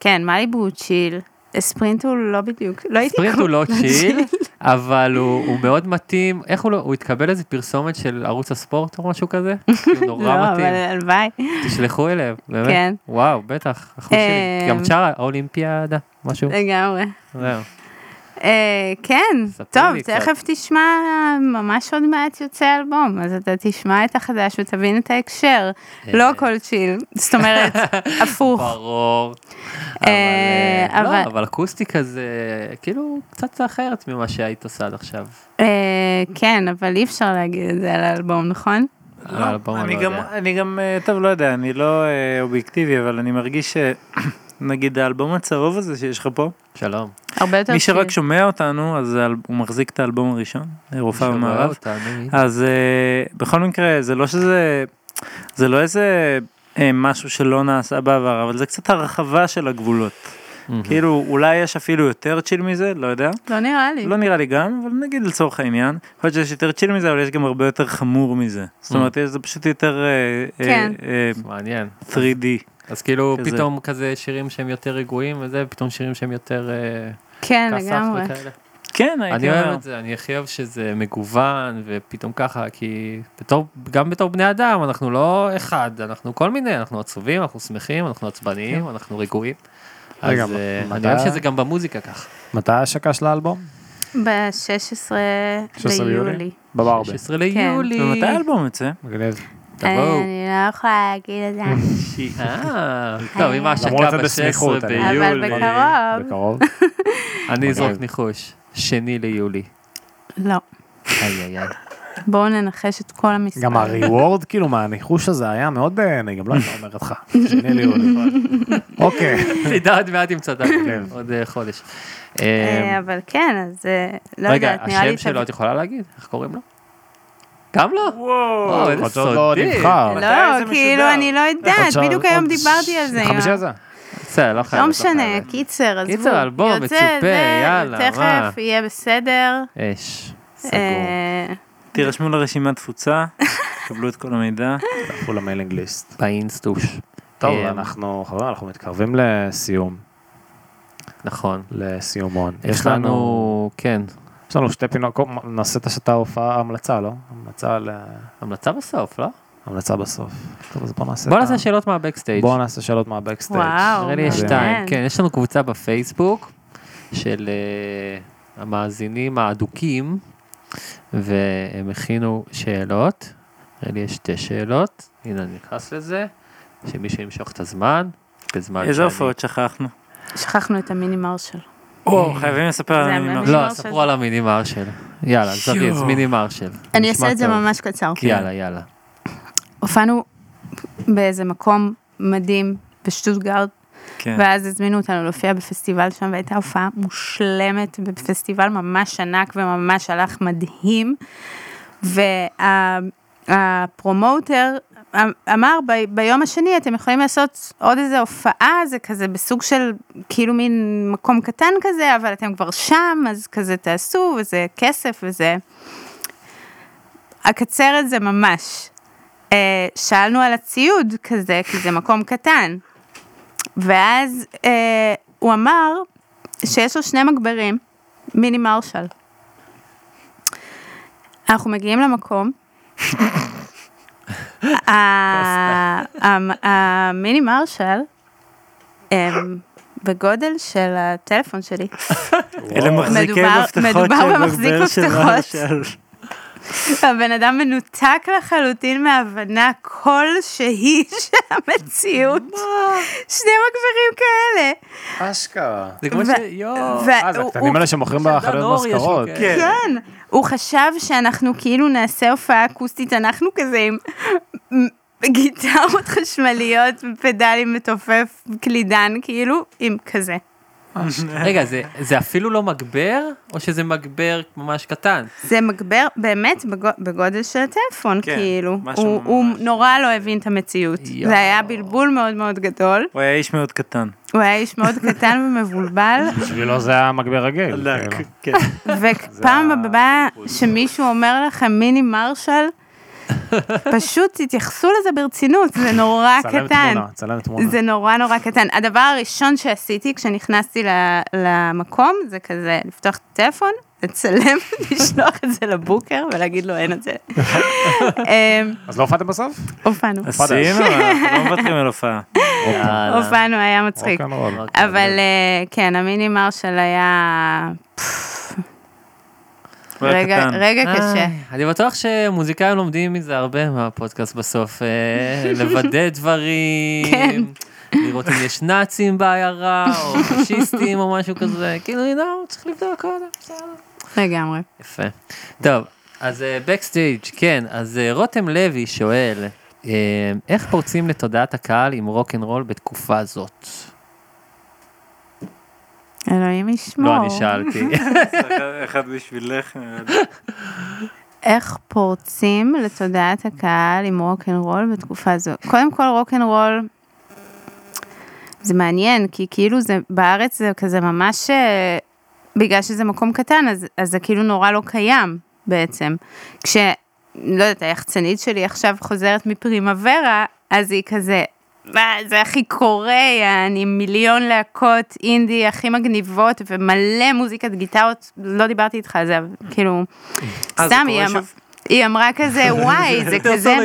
S8: כן, מאליבו הוא צ'יל. ספרינט הוא לא בדיוק, לא הייתי
S7: ספרינט הוא לא
S8: קוראת לו
S7: צ'יל, אבל הוא הוא מאוד מתאים. איך הוא לא, הוא התקבל איזה פרסומת של ערוץ הספורט או משהו כזה? הוא
S8: לא,
S7: נורא
S8: אבל
S7: מתאים.
S8: הלוואי.
S7: תשלחו אליהם, באמת.
S8: כן.
S7: וואו, בטח, אחוז שלי.
S8: אה,
S7: גם שאר האולימפיאדה, משהו.
S8: לגמרי.
S7: זהו.
S8: אה, כן,
S7: ספרי
S8: טוב,
S7: לי
S8: תכף תשמע, ממש עוד מעט יוצא אלבום, אז אתה תשמע את החדש ותבין את ההקשר.
S7: כן.
S8: לא הכל צ'יל, זאת אומרת, הפוך.
S7: ברור. אבל,
S8: אה,
S7: אה, לא,
S8: אבל-
S7: אבל אקוסטיקה זה כאילו קצת אחרת ממה שהיית עושה עד עכשיו.
S8: אה, כן, אבל אי אפשר להגיד את זה על האלבום, נכון?
S7: על האלבום אני
S9: אני
S7: לא
S9: גם,
S7: יודע.
S9: אני גם, אה, טוב, לא יודע, אני לא אה, אובייקטיבי, אבל אני מרגיש שנגיד האלבום הצהוב הזה שיש לך פה,
S7: שלום.
S8: הרבה יותר
S9: מי שרק
S7: כן.
S8: chill.
S9: שומע אותנו, אז האל- הוא מחזיק את האלבום הראשון, אה, רופאה
S7: שומע
S9: במערב.
S7: אותנו, הנה.
S9: אז אה, בכל מקרה, זה לא שזה, זה לא איזה אה, משהו שלא נעשה בעבר, אבל זה קצת הרחבה של הגבולות. כאילו, אולי יש אפילו יותר צ'יל מזה, לא יודע.
S8: לא נראה לי.
S9: לא נראה לי גם, אבל נגיד לצורך העניין, יכול להיות שיש יותר צ'יל מזה, אבל יש גם הרבה יותר חמור מזה.
S7: Mm.
S9: זאת אומרת, יש- זה פשוט יותר אה, אה,
S8: כן.
S9: אה,
S7: מעניין.
S9: 3D.
S7: אז כאילו
S9: כזה.
S7: פתאום כזה שירים שהם יותר רגועים וזה, פתאום שירים שהם יותר אה,
S8: כן,
S7: כסח
S8: לגמרי.
S7: וכאלה.
S9: כן,
S7: אני
S9: הייתי
S7: אוהב
S9: אומר.
S7: את זה, אני הכי אוהב שזה מגוון ופתאום ככה, כי בתור, גם בתור בני אדם אנחנו לא אחד, אנחנו כל מיני, אנחנו עצובים, אנחנו שמחים, אנחנו עצבניים, אנחנו רגועים. אז
S6: כן. רגע,
S7: אה,
S6: מתי-
S7: אני אוהב שזה גם במוזיקה כך.
S6: מתי ההשקה של האלבום?
S8: ב-16
S6: 16 ביולי?
S8: ליולי.
S6: בברבי.
S7: 16 ליולי.
S9: ומתי האלבום יוצא?
S6: מגניב.
S7: תבואו.
S8: אני לא יכולה להגיד את זה,
S7: אה, טוב, אם
S6: למרות
S7: ההשקה
S6: זה בסמיכות,
S7: ב-16
S6: אני- אוקיי.
S8: אבל
S7: ביולי.
S8: בקרוב.
S6: בקרוב.
S7: אני אזרוק ניחוש, שני ליולי.
S8: לא.
S7: איי איי איי.
S8: בואו ננחש את כל המספר.
S6: גם הריוורד, כאילו, מהניחוש הזה היה מאוד, אה, אני גם לא הייתי אומר אותך. שני ליולי. אוקיי.
S7: תדע עוד מעט אם צדקתי,
S6: כן.
S7: עוד אה, חודש.
S8: אה,
S7: אה,
S8: אבל כן, אז אה, לא
S7: רגע,
S8: יודעת, נראה לי...
S7: השם
S8: את-
S7: שלו את יכולה להגיד? איך קוראים לו? גם לא? וואו, איזה
S6: עוד לא
S7: סודי.
S6: נבחר.
S9: מתי זה
S8: לא, כאילו,
S9: משודר?
S8: אני לא יודעת,
S6: עוד
S8: בדיוק
S6: ש-
S8: היום
S6: עוד
S8: דיברתי על זה. עם
S6: חמישה זה.
S7: בסדר, לא חייב.
S8: לא משנה, קיצר, עזבו.
S7: קיצר, אלבום,
S8: יוצא
S7: מצופה,
S8: זה,
S7: יאללה, מה?
S8: תכף יהיה בסדר.
S7: אש. סגור.
S8: אה,
S9: תירשמו לרשימת תפוצה, תקבלו את כל המידע.
S6: תלכו למיילינג ליסט.
S7: באינסטוש.
S6: טוב,
S7: אה,
S6: אנחנו, חברים, אנחנו מתקרבים לסיום,
S7: נכון.
S6: לסיומון.
S7: יש לנו, כן,
S6: יש לנו שתי פינות, קודם נעשה את השתה ההופעה המלצה, לא? המלצה ל...
S7: המלצה בסוף, לא?
S6: המלצה בסוף. טוב, אז בוא נעשה
S7: בוא
S6: את
S7: נעשה
S6: ה-
S7: שאלות מהבקסטייג'.
S6: בואו נעשה שאלות מהבקסטייג'.
S8: וואו,
S7: נראה לי יש
S6: מעניין.
S7: שתיים. כן, יש לנו קבוצה בפייסבוק של אה, המאזינים האדוקים, והם הכינו שאלות. נראה לי יש שתי שאלות. הנה, אני נכנס לזה. שמישהו ימשוך את הזמן. בזמן
S9: איזה
S7: שאני-
S9: הופעות שכחנו?
S8: שכחנו את המינימר שלו.
S9: או, חייבים לספר על
S8: זה
S9: המינימר.
S8: המרשל.
S7: לא,
S8: מרשל.
S7: ספרו על המיני מרשל. יאללה, זריז, מיני מרשל.
S8: אני
S7: נשמע
S8: אעשה את זה
S7: טוב.
S8: ממש קצר.
S7: יאללה, יאללה.
S8: הופענו באיזה מקום מדהים בשטוטגרד,
S9: כן.
S8: ואז הזמינו אותנו להופיע בפסטיבל שם, והייתה הופעה מושלמת בפסטיבל ממש ענק וממש הלך מדהים. והפרומוטר אמר, "ב- ביום השני אתם יכולים לעשות עוד איזה הופעה, זה כזה בסוג של כאילו מין מקום קטן כזה, אבל אתם כבר שם, אז כזה תעשו, וזה כסף וזה. אקצר את זה ממש. אה, שאלנו על הציוד כזה, כי זה מקום קטן. ואז אה, הוא אמר שיש לו שני מגברים, מיני מרשל. אנחנו מגיעים למקום. ה- ה- המיני מרשל הם בגודל של הטלפון שלי.
S9: אלה מחזיקי
S8: מדובר-
S9: מפתחות
S8: מדובר
S9: של
S8: במחזיק
S9: מגבר של
S8: מפתחות.
S9: מרשל.
S8: הבן אדם מנותק לחלוטין מהבנה כלשהי של המציאות. שני מגברים כאלה.
S6: אשכרה.
S7: זה כמו ש...
S8: ו-
S7: יואו.
S6: אה, זה
S8: והוא-
S6: הקטנים האלה שמוכרים בחנויות
S7: אור יש לו,
S6: מזכרות.
S7: כן.
S8: כן, הוא חשב שאנחנו כאילו נעשה הופעה אקוסטית, אנחנו כזה עם גיטרות חשמליות, פדלים מתופף, קלידן, כאילו, עם כזה.
S7: רגע, זה- זה אפילו לא מגבר, או שזה מגבר ממש קטן?
S8: זה מגבר באמת בגו- בגודל של הטלפון,
S9: כן,
S8: כאילו.
S9: משהו
S8: הוא הוא
S9: ממש-
S8: נורא לא הבין את המציאות.
S7: יואו.
S8: זה היה בלבול מאוד מאוד גדול.
S9: הוא היה איש מאוד קטן.
S8: הוא היה איש מאוד קטן ומבולבל,
S6: בשבילו זה היה מגביר רגיל. כאילו.
S9: כן.
S8: ופעם הבאה שמישהו אומר לכם מיני מרשל, פשוט תתייחסו לזה ברצינות, זה נורא
S6: צלם
S8: קטן.
S6: תמונה, צלם תמונה.
S8: זה נורא נורא קטן. הדבר הראשון שעשיתי כשנכנסתי ל- למקום, זה כזה לפתוח את הטלפון, לצלם, לשלוח את זה לבוקר ולהגיד לו אין את זה. אמ,
S6: אז לא הופעתם בסוף?
S8: הופענו,
S9: עשינו, אנחנו לא מוותרים על הופעה.
S7: יאללה.
S8: הופענו, היה מצחיק.
S7: אוקיי.
S6: רוקנרול.
S8: אבל אה, כן, המיני מרשל היה... פפפ,
S9: פרק
S8: רגע,
S9: קטן.
S8: רגע
S7: אה.
S8: קשה.
S7: איי, אני בטוח שמוזיקאים לומדים מזה הרבה מהפודקאסט בסוף, אה, לוודא דברים,
S8: כן.
S7: לראות אם יש נאצים בעיירה, או פשיסטים או משהו כזה, כאילו, you know, צריך לבדוק קודם, בסדר.
S8: לגמרי.
S7: יפה. טוב, אז בקסטייג', כן, אז אה, רותם לוי שואל, אה, איך פורצים לתודעת הקהל עם רוקנרול בתקופה זאת?
S8: אלוהים ישמור.
S7: לא, אני שאלתי.
S9: אחד בשבילך. אה,
S8: איך פורצים לתודעת הקהל עם רוקנרול בתקופה זו? קודם כל רוקנרול, זה מעניין, כי כאילו זה, בארץ זה כזה ממש, אה, בגלל שזה מקום קטן, אז, אז זה כאילו נורא לא קיים בעצם. כש... לא יודעת, היחצנית שלי עכשיו חוזרת מפרימה ורה, אז היא כזה, "מה, זה הכי קורה, אני מיליון להקות אינדי הכי מגניבות ומלא מוזיקת גיטרות, לא דיברתי איתך על זה, אבל כאילו,
S9: אה, זה
S8: סתם
S9: קורה
S8: היא, אמר,
S9: שוב?
S8: היא אמרה כזה, וואי, זה כזה,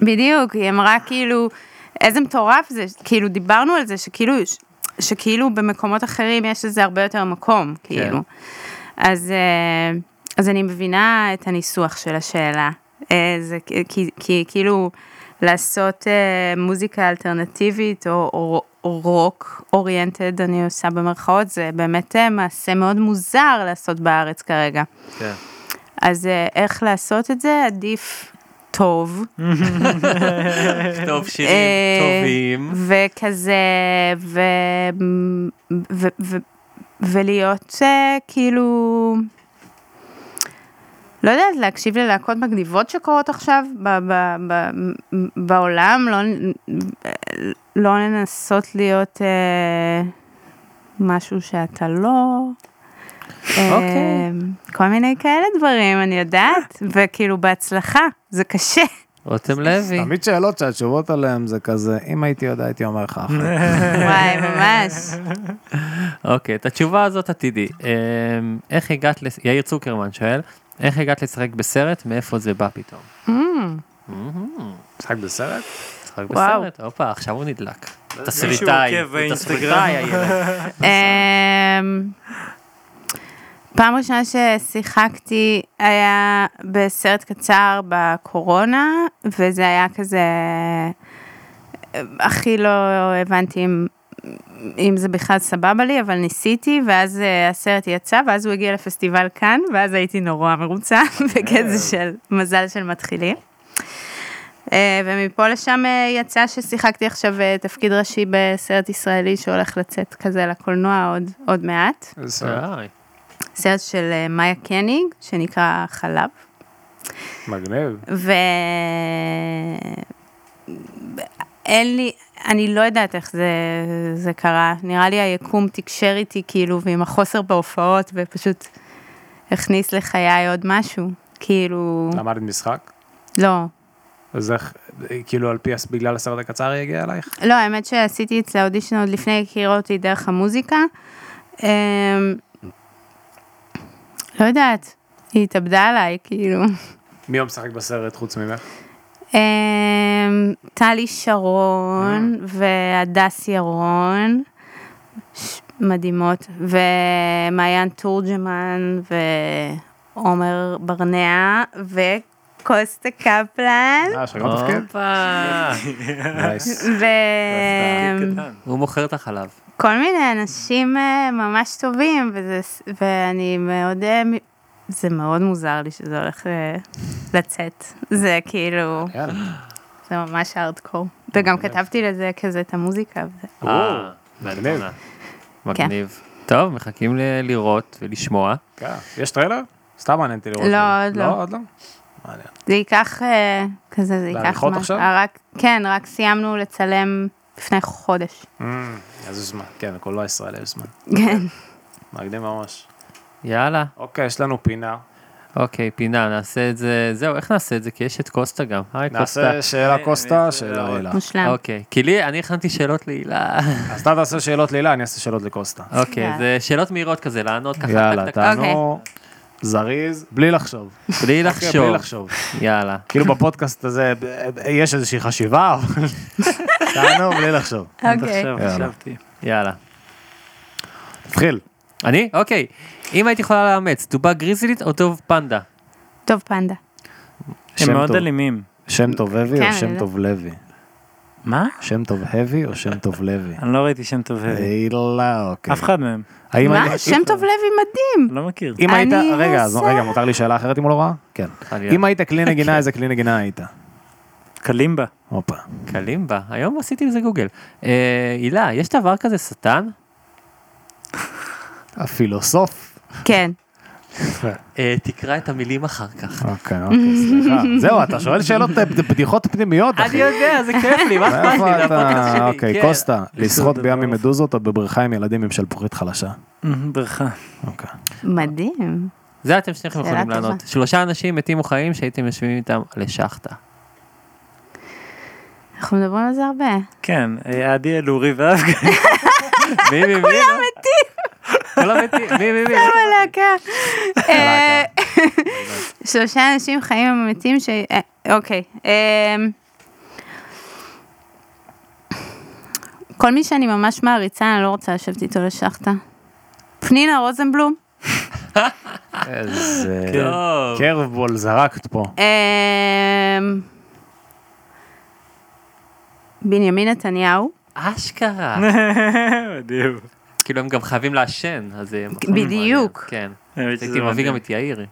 S8: בדיוק, היא אמרה כאילו, איזה מטורף זה, כאילו דיברנו על זה, שכאילו, ש- שכאילו במקומות אחרים יש לזה הרבה יותר מקום, כאילו. אז, אה, אז אני מבינה את הניסוח של השאלה. אה, זה כ- כי, כי כאילו לעשות אה, מוזיקה אלטרנטיבית או, או, או רוק אוריינטד, אני עושה במרכאות, זה באמת אה, מעשה מאוד מוזר לעשות בארץ כרגע.
S7: כן.
S8: אז אה, איך לעשות את זה? עדיף טוב.
S7: טוב, שירים
S8: אה,
S7: טובים.
S8: וכזה, ו... ו... ו... ולהיות אה, כאילו... לא יודעת, להקשיב ללהקות מגניבות שקורות עכשיו ב- ב- ב- בעולם, לא, לא לנסות להיות אה, משהו שאתה לא. אה,
S7: אוקיי.
S8: כל מיני כאלה דברים, אני יודעת, וכאילו בהצלחה, זה קשה.
S7: רותם לוי.
S6: תמיד שאלות שהתשובות עליהן זה כזה, אם הייתי יודע הייתי אומר לך אחרת.
S8: וואי, ממש.
S7: אוקיי, את התשובה הזאת עתידי. אמ, איך הגעת, לס- יאיר צוקרמן שואל, איך הגעת לשחק בסרט, מאיפה זה בא פתאום?
S6: משחק בסרט?
S7: לשחק
S8: וואו.
S7: בסרט, הופה, עכשיו הוא נדלק.
S9: מישהו
S7: תסריטאי,
S9: עוקב
S7: הוא
S9: באינסטגרם.
S7: תסריטאי, יאיר.
S8: אמ, פעם ראשונה ששיחקתי היה בסרט קצר בקורונה, וזה היה כזה, הכי לא הבנתי אם, אם זה בכלל סבבה לי, אבל ניסיתי, ואז אה, הסרט יצא, ואז הוא הגיע לפסטיבל כאן, ואז הייתי נורא מרוצה, בקטע של מזל של מתחילים. אה, ומפה לשם אה, יצא ששיחקתי עכשיו אה, תפקיד ראשי בסרט ישראלי שהולך לצאת כזה לקולנוע עוד, עוד מעט.
S7: תסריטאי.
S8: סרט של אה, מאיה קניג, שנקרא חלב.
S6: מגניב.
S8: ו... אין לי, אני לא יודעת איך זה, זה קרה, נראה לי היקום תקשר איתי כאילו, ועם החוסר בהופעות, ופשוט הכניס לחיי עוד משהו, כאילו,
S6: למדת משחק?
S8: לא,
S6: אז איך, כאילו על פי, הס- בגלל הסרט הקצר היא הגיעה אלייך?
S8: לא, האמת שעשיתי אצלה אודישן עוד לפני הכירה אותי דרך המוזיקה. אמ, לא יודעת, היא התאבדה עליי, כאילו.
S6: מי עוד משחק בסרט חוץ ממך?
S8: אמ, טלי שרון והדס ירון, ש- מדהימות, ומעיין תורג'מן ועומר ברנע וקוסטה קפלן.
S6: אה, שחקת תפקיד?
S7: הופה,
S6: נייס.
S8: ו... אמ,
S7: הוא מוכר את החלב.
S8: כל מיני אנשים אה, ממש טובים, וזה, ואני מאוד, אה, מ- זה מאוד מוזר לי שזה הולך אה, לצאת. זה כאילו,
S6: יאללה.
S8: זה ממש הארדקור. וגם כתבתי לזה כזה את המוזיקה. וזה.
S7: אה,
S6: מגניב.
S7: נכונה.
S8: כן.
S7: מגניב. טוב, מחכים ל- לראות ולשמוע.
S6: כן. יש טריילר? סתם מעניין אותי לראות.
S8: לא,
S6: אותו.
S8: עוד לא.
S6: לא, עוד לא?
S8: זה ייקח, אה, כזה, זה ייקח...
S6: לעריכות
S8: מה-
S6: עכשיו?
S8: אה, רק, כן, רק סיימנו לצלם לפני חודש.
S6: אמ, אז יש זמן. כן, לקולנוע ישראלי יש זמן.
S8: כן.
S6: מגניב ממש.
S7: יאללה.
S6: אוקיי, יש לנו פינה.
S7: אוקיי, פינה, נעשה את זה. זהו, איך נעשה את זה? כי יש את קוסטה גם. היי, קוסטה.
S6: נעשה שאלה קוסטה, שאלה הילה.
S8: מושלם.
S7: אוקיי, כי לי, אני הכנתי שאלות להילה.
S8: אה.
S6: אז אתה תעשה שאלות להילה, אני אעשה שאלות לקוסטה.
S7: אוקיי,
S8: יאללה.
S7: זה שאלות מהירות כזה, לענות ככה.
S6: יאללה,
S7: טק, טק, טק,
S6: תענו
S8: אוקיי.
S6: זריז, בלי לחשוב.
S7: בלי
S6: אוקיי, בלי
S7: לחשוב.
S6: לחשוב.
S7: יאללה.
S6: כאילו בפודקאסט הזה אה, אה, יש איזושהי חשיבה, אבל תענו בלי לחשוב.
S8: אוקיי.
S9: עכשיו
S6: יאללה.
S9: חשבתי.
S7: יאללה.
S6: תתחיל.
S7: אני? אוקיי. אם היית יכולה לאמץ, דובה גריזלית או דוב פנדה?
S8: טוב, פנדה.
S9: הם
S6: שם
S9: מאוד
S6: טוב.
S9: אלימים.
S6: שם טוב
S8: כן,
S6: אבי או
S8: אני
S6: שם
S8: יודעת.
S6: טוב לוי?
S9: מה?
S6: שם טוב הבי או שם טוב לוי?
S9: אני לא ראיתי שם טוב הרי.
S6: אה, לא, אוקיי.
S9: אף אחד מהם.
S6: האם
S8: מה?
S6: היית-
S8: שם טוב לוי מדהים.
S9: לא מכיר.
S6: אם היית,
S8: אני
S6: רגע, אז
S8: עושה-
S6: רגע, מותר לי שאלה אחרת אם הוא לא ראה? כן.
S7: חלילה.
S6: אם היית כלי נגינה, איזה כלי נגינה היית?
S9: קלימבה.
S6: הופה.
S7: קלימבה, היום עשיתי לזה גוגל. אה, הילה, יש דבר כזה שטן?
S6: הפילוסוף.
S8: כן.
S7: אה, תקרא את המילים אחר כך.
S6: אוקיי, אוקיי, סליחה. זהו, אתה שואל שאלות, אה, בדיחות פנימיות, אחי.
S7: אני יודע, זה כיף לי, מה אכפת לי?
S6: איפה
S7: זה הפודקאסט
S6: אתה?
S7: שלי,
S6: אוקיי,
S7: כן.
S6: קוסטה, לשחות
S9: דבר
S6: בים עם
S9: אוף.
S6: מדוזות או בבריכה עם ילדים עם שלפוחית חלשה.
S9: ברכה.
S6: אוקיי.
S8: מדהים.
S7: זה אתם שניכם
S8: שאלה
S7: יכולים
S8: טובה.
S7: לענות. שלושה אנשים מתים או חיים שהייתם יושבים איתם לשחטה.
S8: אנחנו מדברים על זה הרבה.
S9: כן, אה, עדי אלורי ואף
S7: מי מי מי? כולם מתים. כולם מתים, לא, מי מי מי?
S8: בלהקה. לא, כן. אה, שלושה אנשים חיים ומתים ש... אה, אוקיי. אמ, כל מי שאני ממש מעריצה, אני לא רוצה לשבת איתו לשחטה. פנינה רוזנבלום,
S6: איזה
S9: כן.
S7: טוב.
S6: קרבבול זרקת פה.
S8: אמ, בנימין נתניהו,
S7: אשכרה.
S9: מדהים.
S7: כאילו הם גם חייבים לעשן, אז זה...
S8: בדיוק.
S7: מעניין, כן.
S9: האמת שזה
S7: הייתי מביא
S9: מדהים.
S7: גם את יאיר.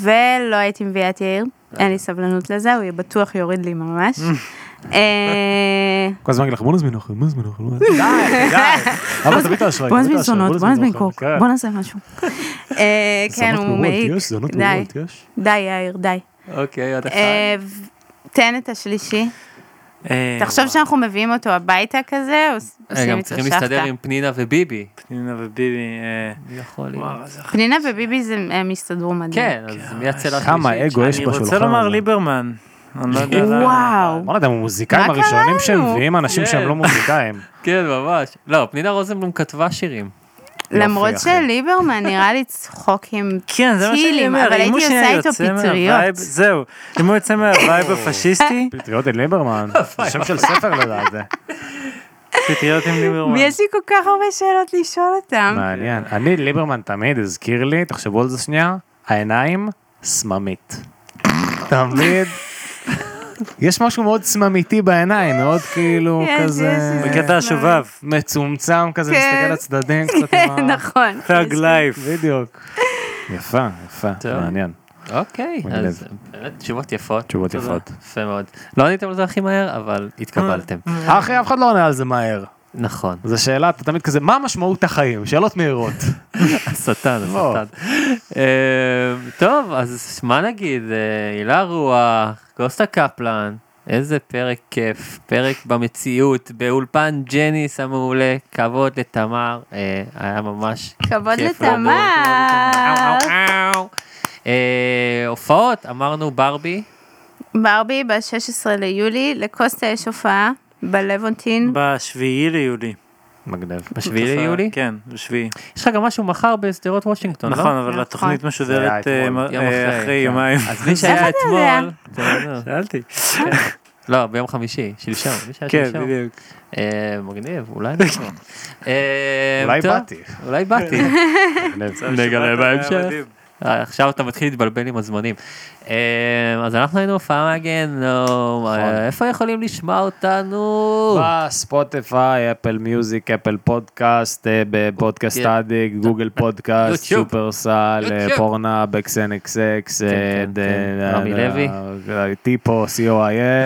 S8: ולא הייתי מביאה את יאיר, אין לי סבלנות לזה, הוא יהיה בטוח יוריד לי ממש. אה,
S6: כל הזמן אגיד לך, בוא נזמין אוכל, בוא נזמין אוכל. בוא נזמין אוכל." אבא, תביא את האשראי.
S8: בוא
S6: תביא את
S8: נזמין
S6: האשראי,
S8: זונות, בוא נזמין
S6: אוכל.
S8: קוק,
S6: כן.
S8: בוא נעשה משהו. אה, כן,
S6: זונות
S8: הוא
S6: מורות,
S8: מעיק.
S6: יש זונות
S8: די,
S6: מורות, יש.
S8: די, יאיר, די.
S7: אוקיי, עוד אחד.
S8: אה, ו- תן את השלישי.
S9: אה,
S8: תחשוב שאנחנו מביאים אותו הביתה כזה, או ס-
S7: אה,
S8: עושים
S7: גם
S8: איתו
S7: צריכים להסתדר
S8: שחטה.
S7: עם פנינה וביבי.
S9: פנינה וביבי. אה,
S7: יכול
S9: וואו, איזה חשוב.
S8: פנינה וביבי זה- הם הסתדרו מדהים.
S7: כן, אז מי הצלע השלישית?
S6: כמה אגו יש
S9: אני
S6: בשולחן.
S9: רוצה לומר
S6: הזה.
S9: ליברמן. אני לא יודע למה.
S8: וואו.
S6: בוא'נה, אתם המוזיקאים
S8: מה קרה
S6: הראשונים
S8: לנו?
S6: שמביאים אנשים שהם לא מוזיקאים.
S7: כן, ממש. לא, פנינה רוזנבלום כתבה שירים.
S8: למרות
S6: אחי.
S8: שליברמן נראה לי צחוקים
S9: כן, זה מה שאני
S8: טילים,
S9: אומר,
S8: אבל
S9: אם
S8: הייתי
S9: הוא שנייה
S8: עושה איתו
S9: יוצא
S8: פטריות.
S9: מהווייב- זהו, אם הוא יוצא מהווייב הפשיסטי,
S6: פטריות אל ליברמן, זה שם של ספר לדעתי.
S9: אוקיי. פטריות עם ליברמן.
S8: יש לי כל כך הרבה שאלות לשאול אותם.
S6: מעניין. אני, ליברמן תמיד הזכיר לי, תחשבו על זה שנייה, העיניים, סממית. תמיד. יש משהו מאוד סממיתי בעיניים, מאוד כאילו
S8: יש,
S6: כזה...
S8: יש, יש.
S9: בקטע השובב,
S6: מצומצם כזה,
S8: כן.
S6: מסתכל לצדדים קצת עם ה...
S8: נכון.
S9: פאג לייף.
S6: בדיוק. יפה, יפה,
S7: טוב.
S6: מעניין.
S7: אוקיי,
S6: מגניב.
S7: אז באמת תשובות יפות.
S6: תשובות
S7: תודה.
S6: יפות.
S7: יפה מאוד. לא עניתם על זה הכי מהר, אבל התקבלתם.
S6: אחי, אף אחד לא עונה על זה מהר.
S7: נכון.
S6: זו שאלה, אתה תמיד כזה, מה משמעות החיים? שאלות מהירות.
S7: השטן,
S6: לא.
S7: השטן. אה, טוב, אז מה נגיד? אה, הילה רוח, קוסטה קפלן, איזה פרק כיף, פרק במציאות, באולפן ג'ניס המעולה, כבוד לתמר, אה, היה ממש
S8: כבוד
S7: כיף
S8: לתמר.
S7: לנו. אה, הופעות, אמרנו ברבי,
S8: ברבי ב-16 ליולי, לקוסטה יש הופעה בלוונטין.
S9: בשביעי ליולי.
S6: מגניב.
S7: בשביעי ליולי.
S9: כן, בשביעי.
S7: יש לך גם משהו מחר בשדרות וושינגטון, לא?
S9: נכון, אבל
S8: נכון.
S9: התוכנית
S6: זה היה
S9: משודרת
S6: אתמול,
S9: אה, מ-
S7: יום
S9: אה, אחרי יומיים.
S7: כן. אז מי שהיה
S8: איך אתה יודע?
S7: אתמול, תהנו.
S9: שאלתי.
S7: לא, ביום חמישי, שלשום, מי שהיה
S9: כן,
S7: שלשום.
S9: בדיוק.
S7: אה, מגניב, אולי נכון. אה,
S6: אולי
S7: טוב,
S6: באתי.
S7: אולי באתי.
S9: כן.
S6: מגניב.
S7: נגלה
S9: היה
S7: בהמשך.
S9: מדהים.
S7: אה, עכשיו אתה מתחיל להתבלבל עם הזמנים. אה, אז אנחנו היינו הופעה מהגיהנום,
S9: נכון.
S7: אה, איפה יכולים לשמע אותנו?
S6: בספוטיפיי, אפל מיוזיק, אפל פודקאסט, אה, בפודקאסט
S7: כן.
S6: אדיק, גוגל פודקאסט,
S7: יוטיוב.
S6: שופרסל, אה,
S7: יוטיוב.
S6: פורנה, אה, בקסן אקסקס,
S7: כן, כן, רמי לוי.
S6: אה, טיפו, co.il,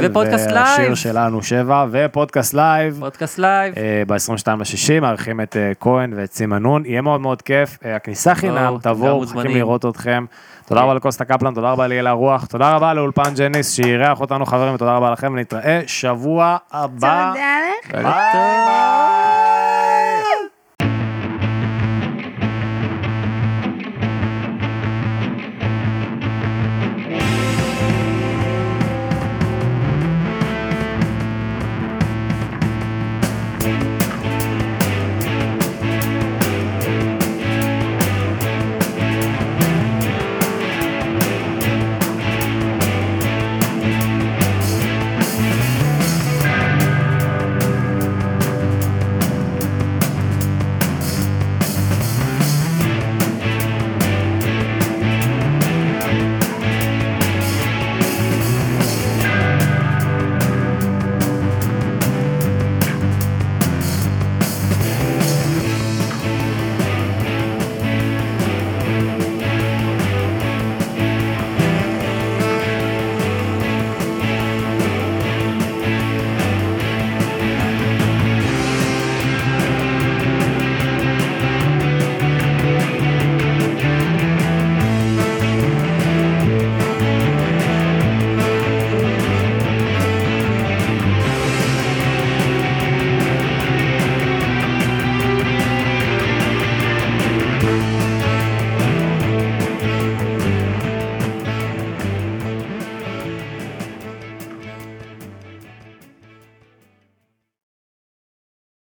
S7: ופודקאסט לייב.
S6: והשיר שלנו שבע, ופודקאסט לייב.
S7: פודקאסט לייב.
S6: אה, ב-22 לשישי, מארחים את אה, כהן ואת סימה נון, יהיה מאוד מאוד כיף, אה, הכניסה חינם,
S7: תבואו, לא, גם
S6: תבואו, מחכים
S7: מוזמנים.
S6: לראות אתכם. תודה רבה לקוסטה קפלן, תודה רבה ליאלה רוח, תודה רבה לאולפן ג'ניס שאירח אותנו חברים, ותודה רבה לכם, ונתראה שבוע הבא.
S8: תודה לך.
S6: ביי ביי.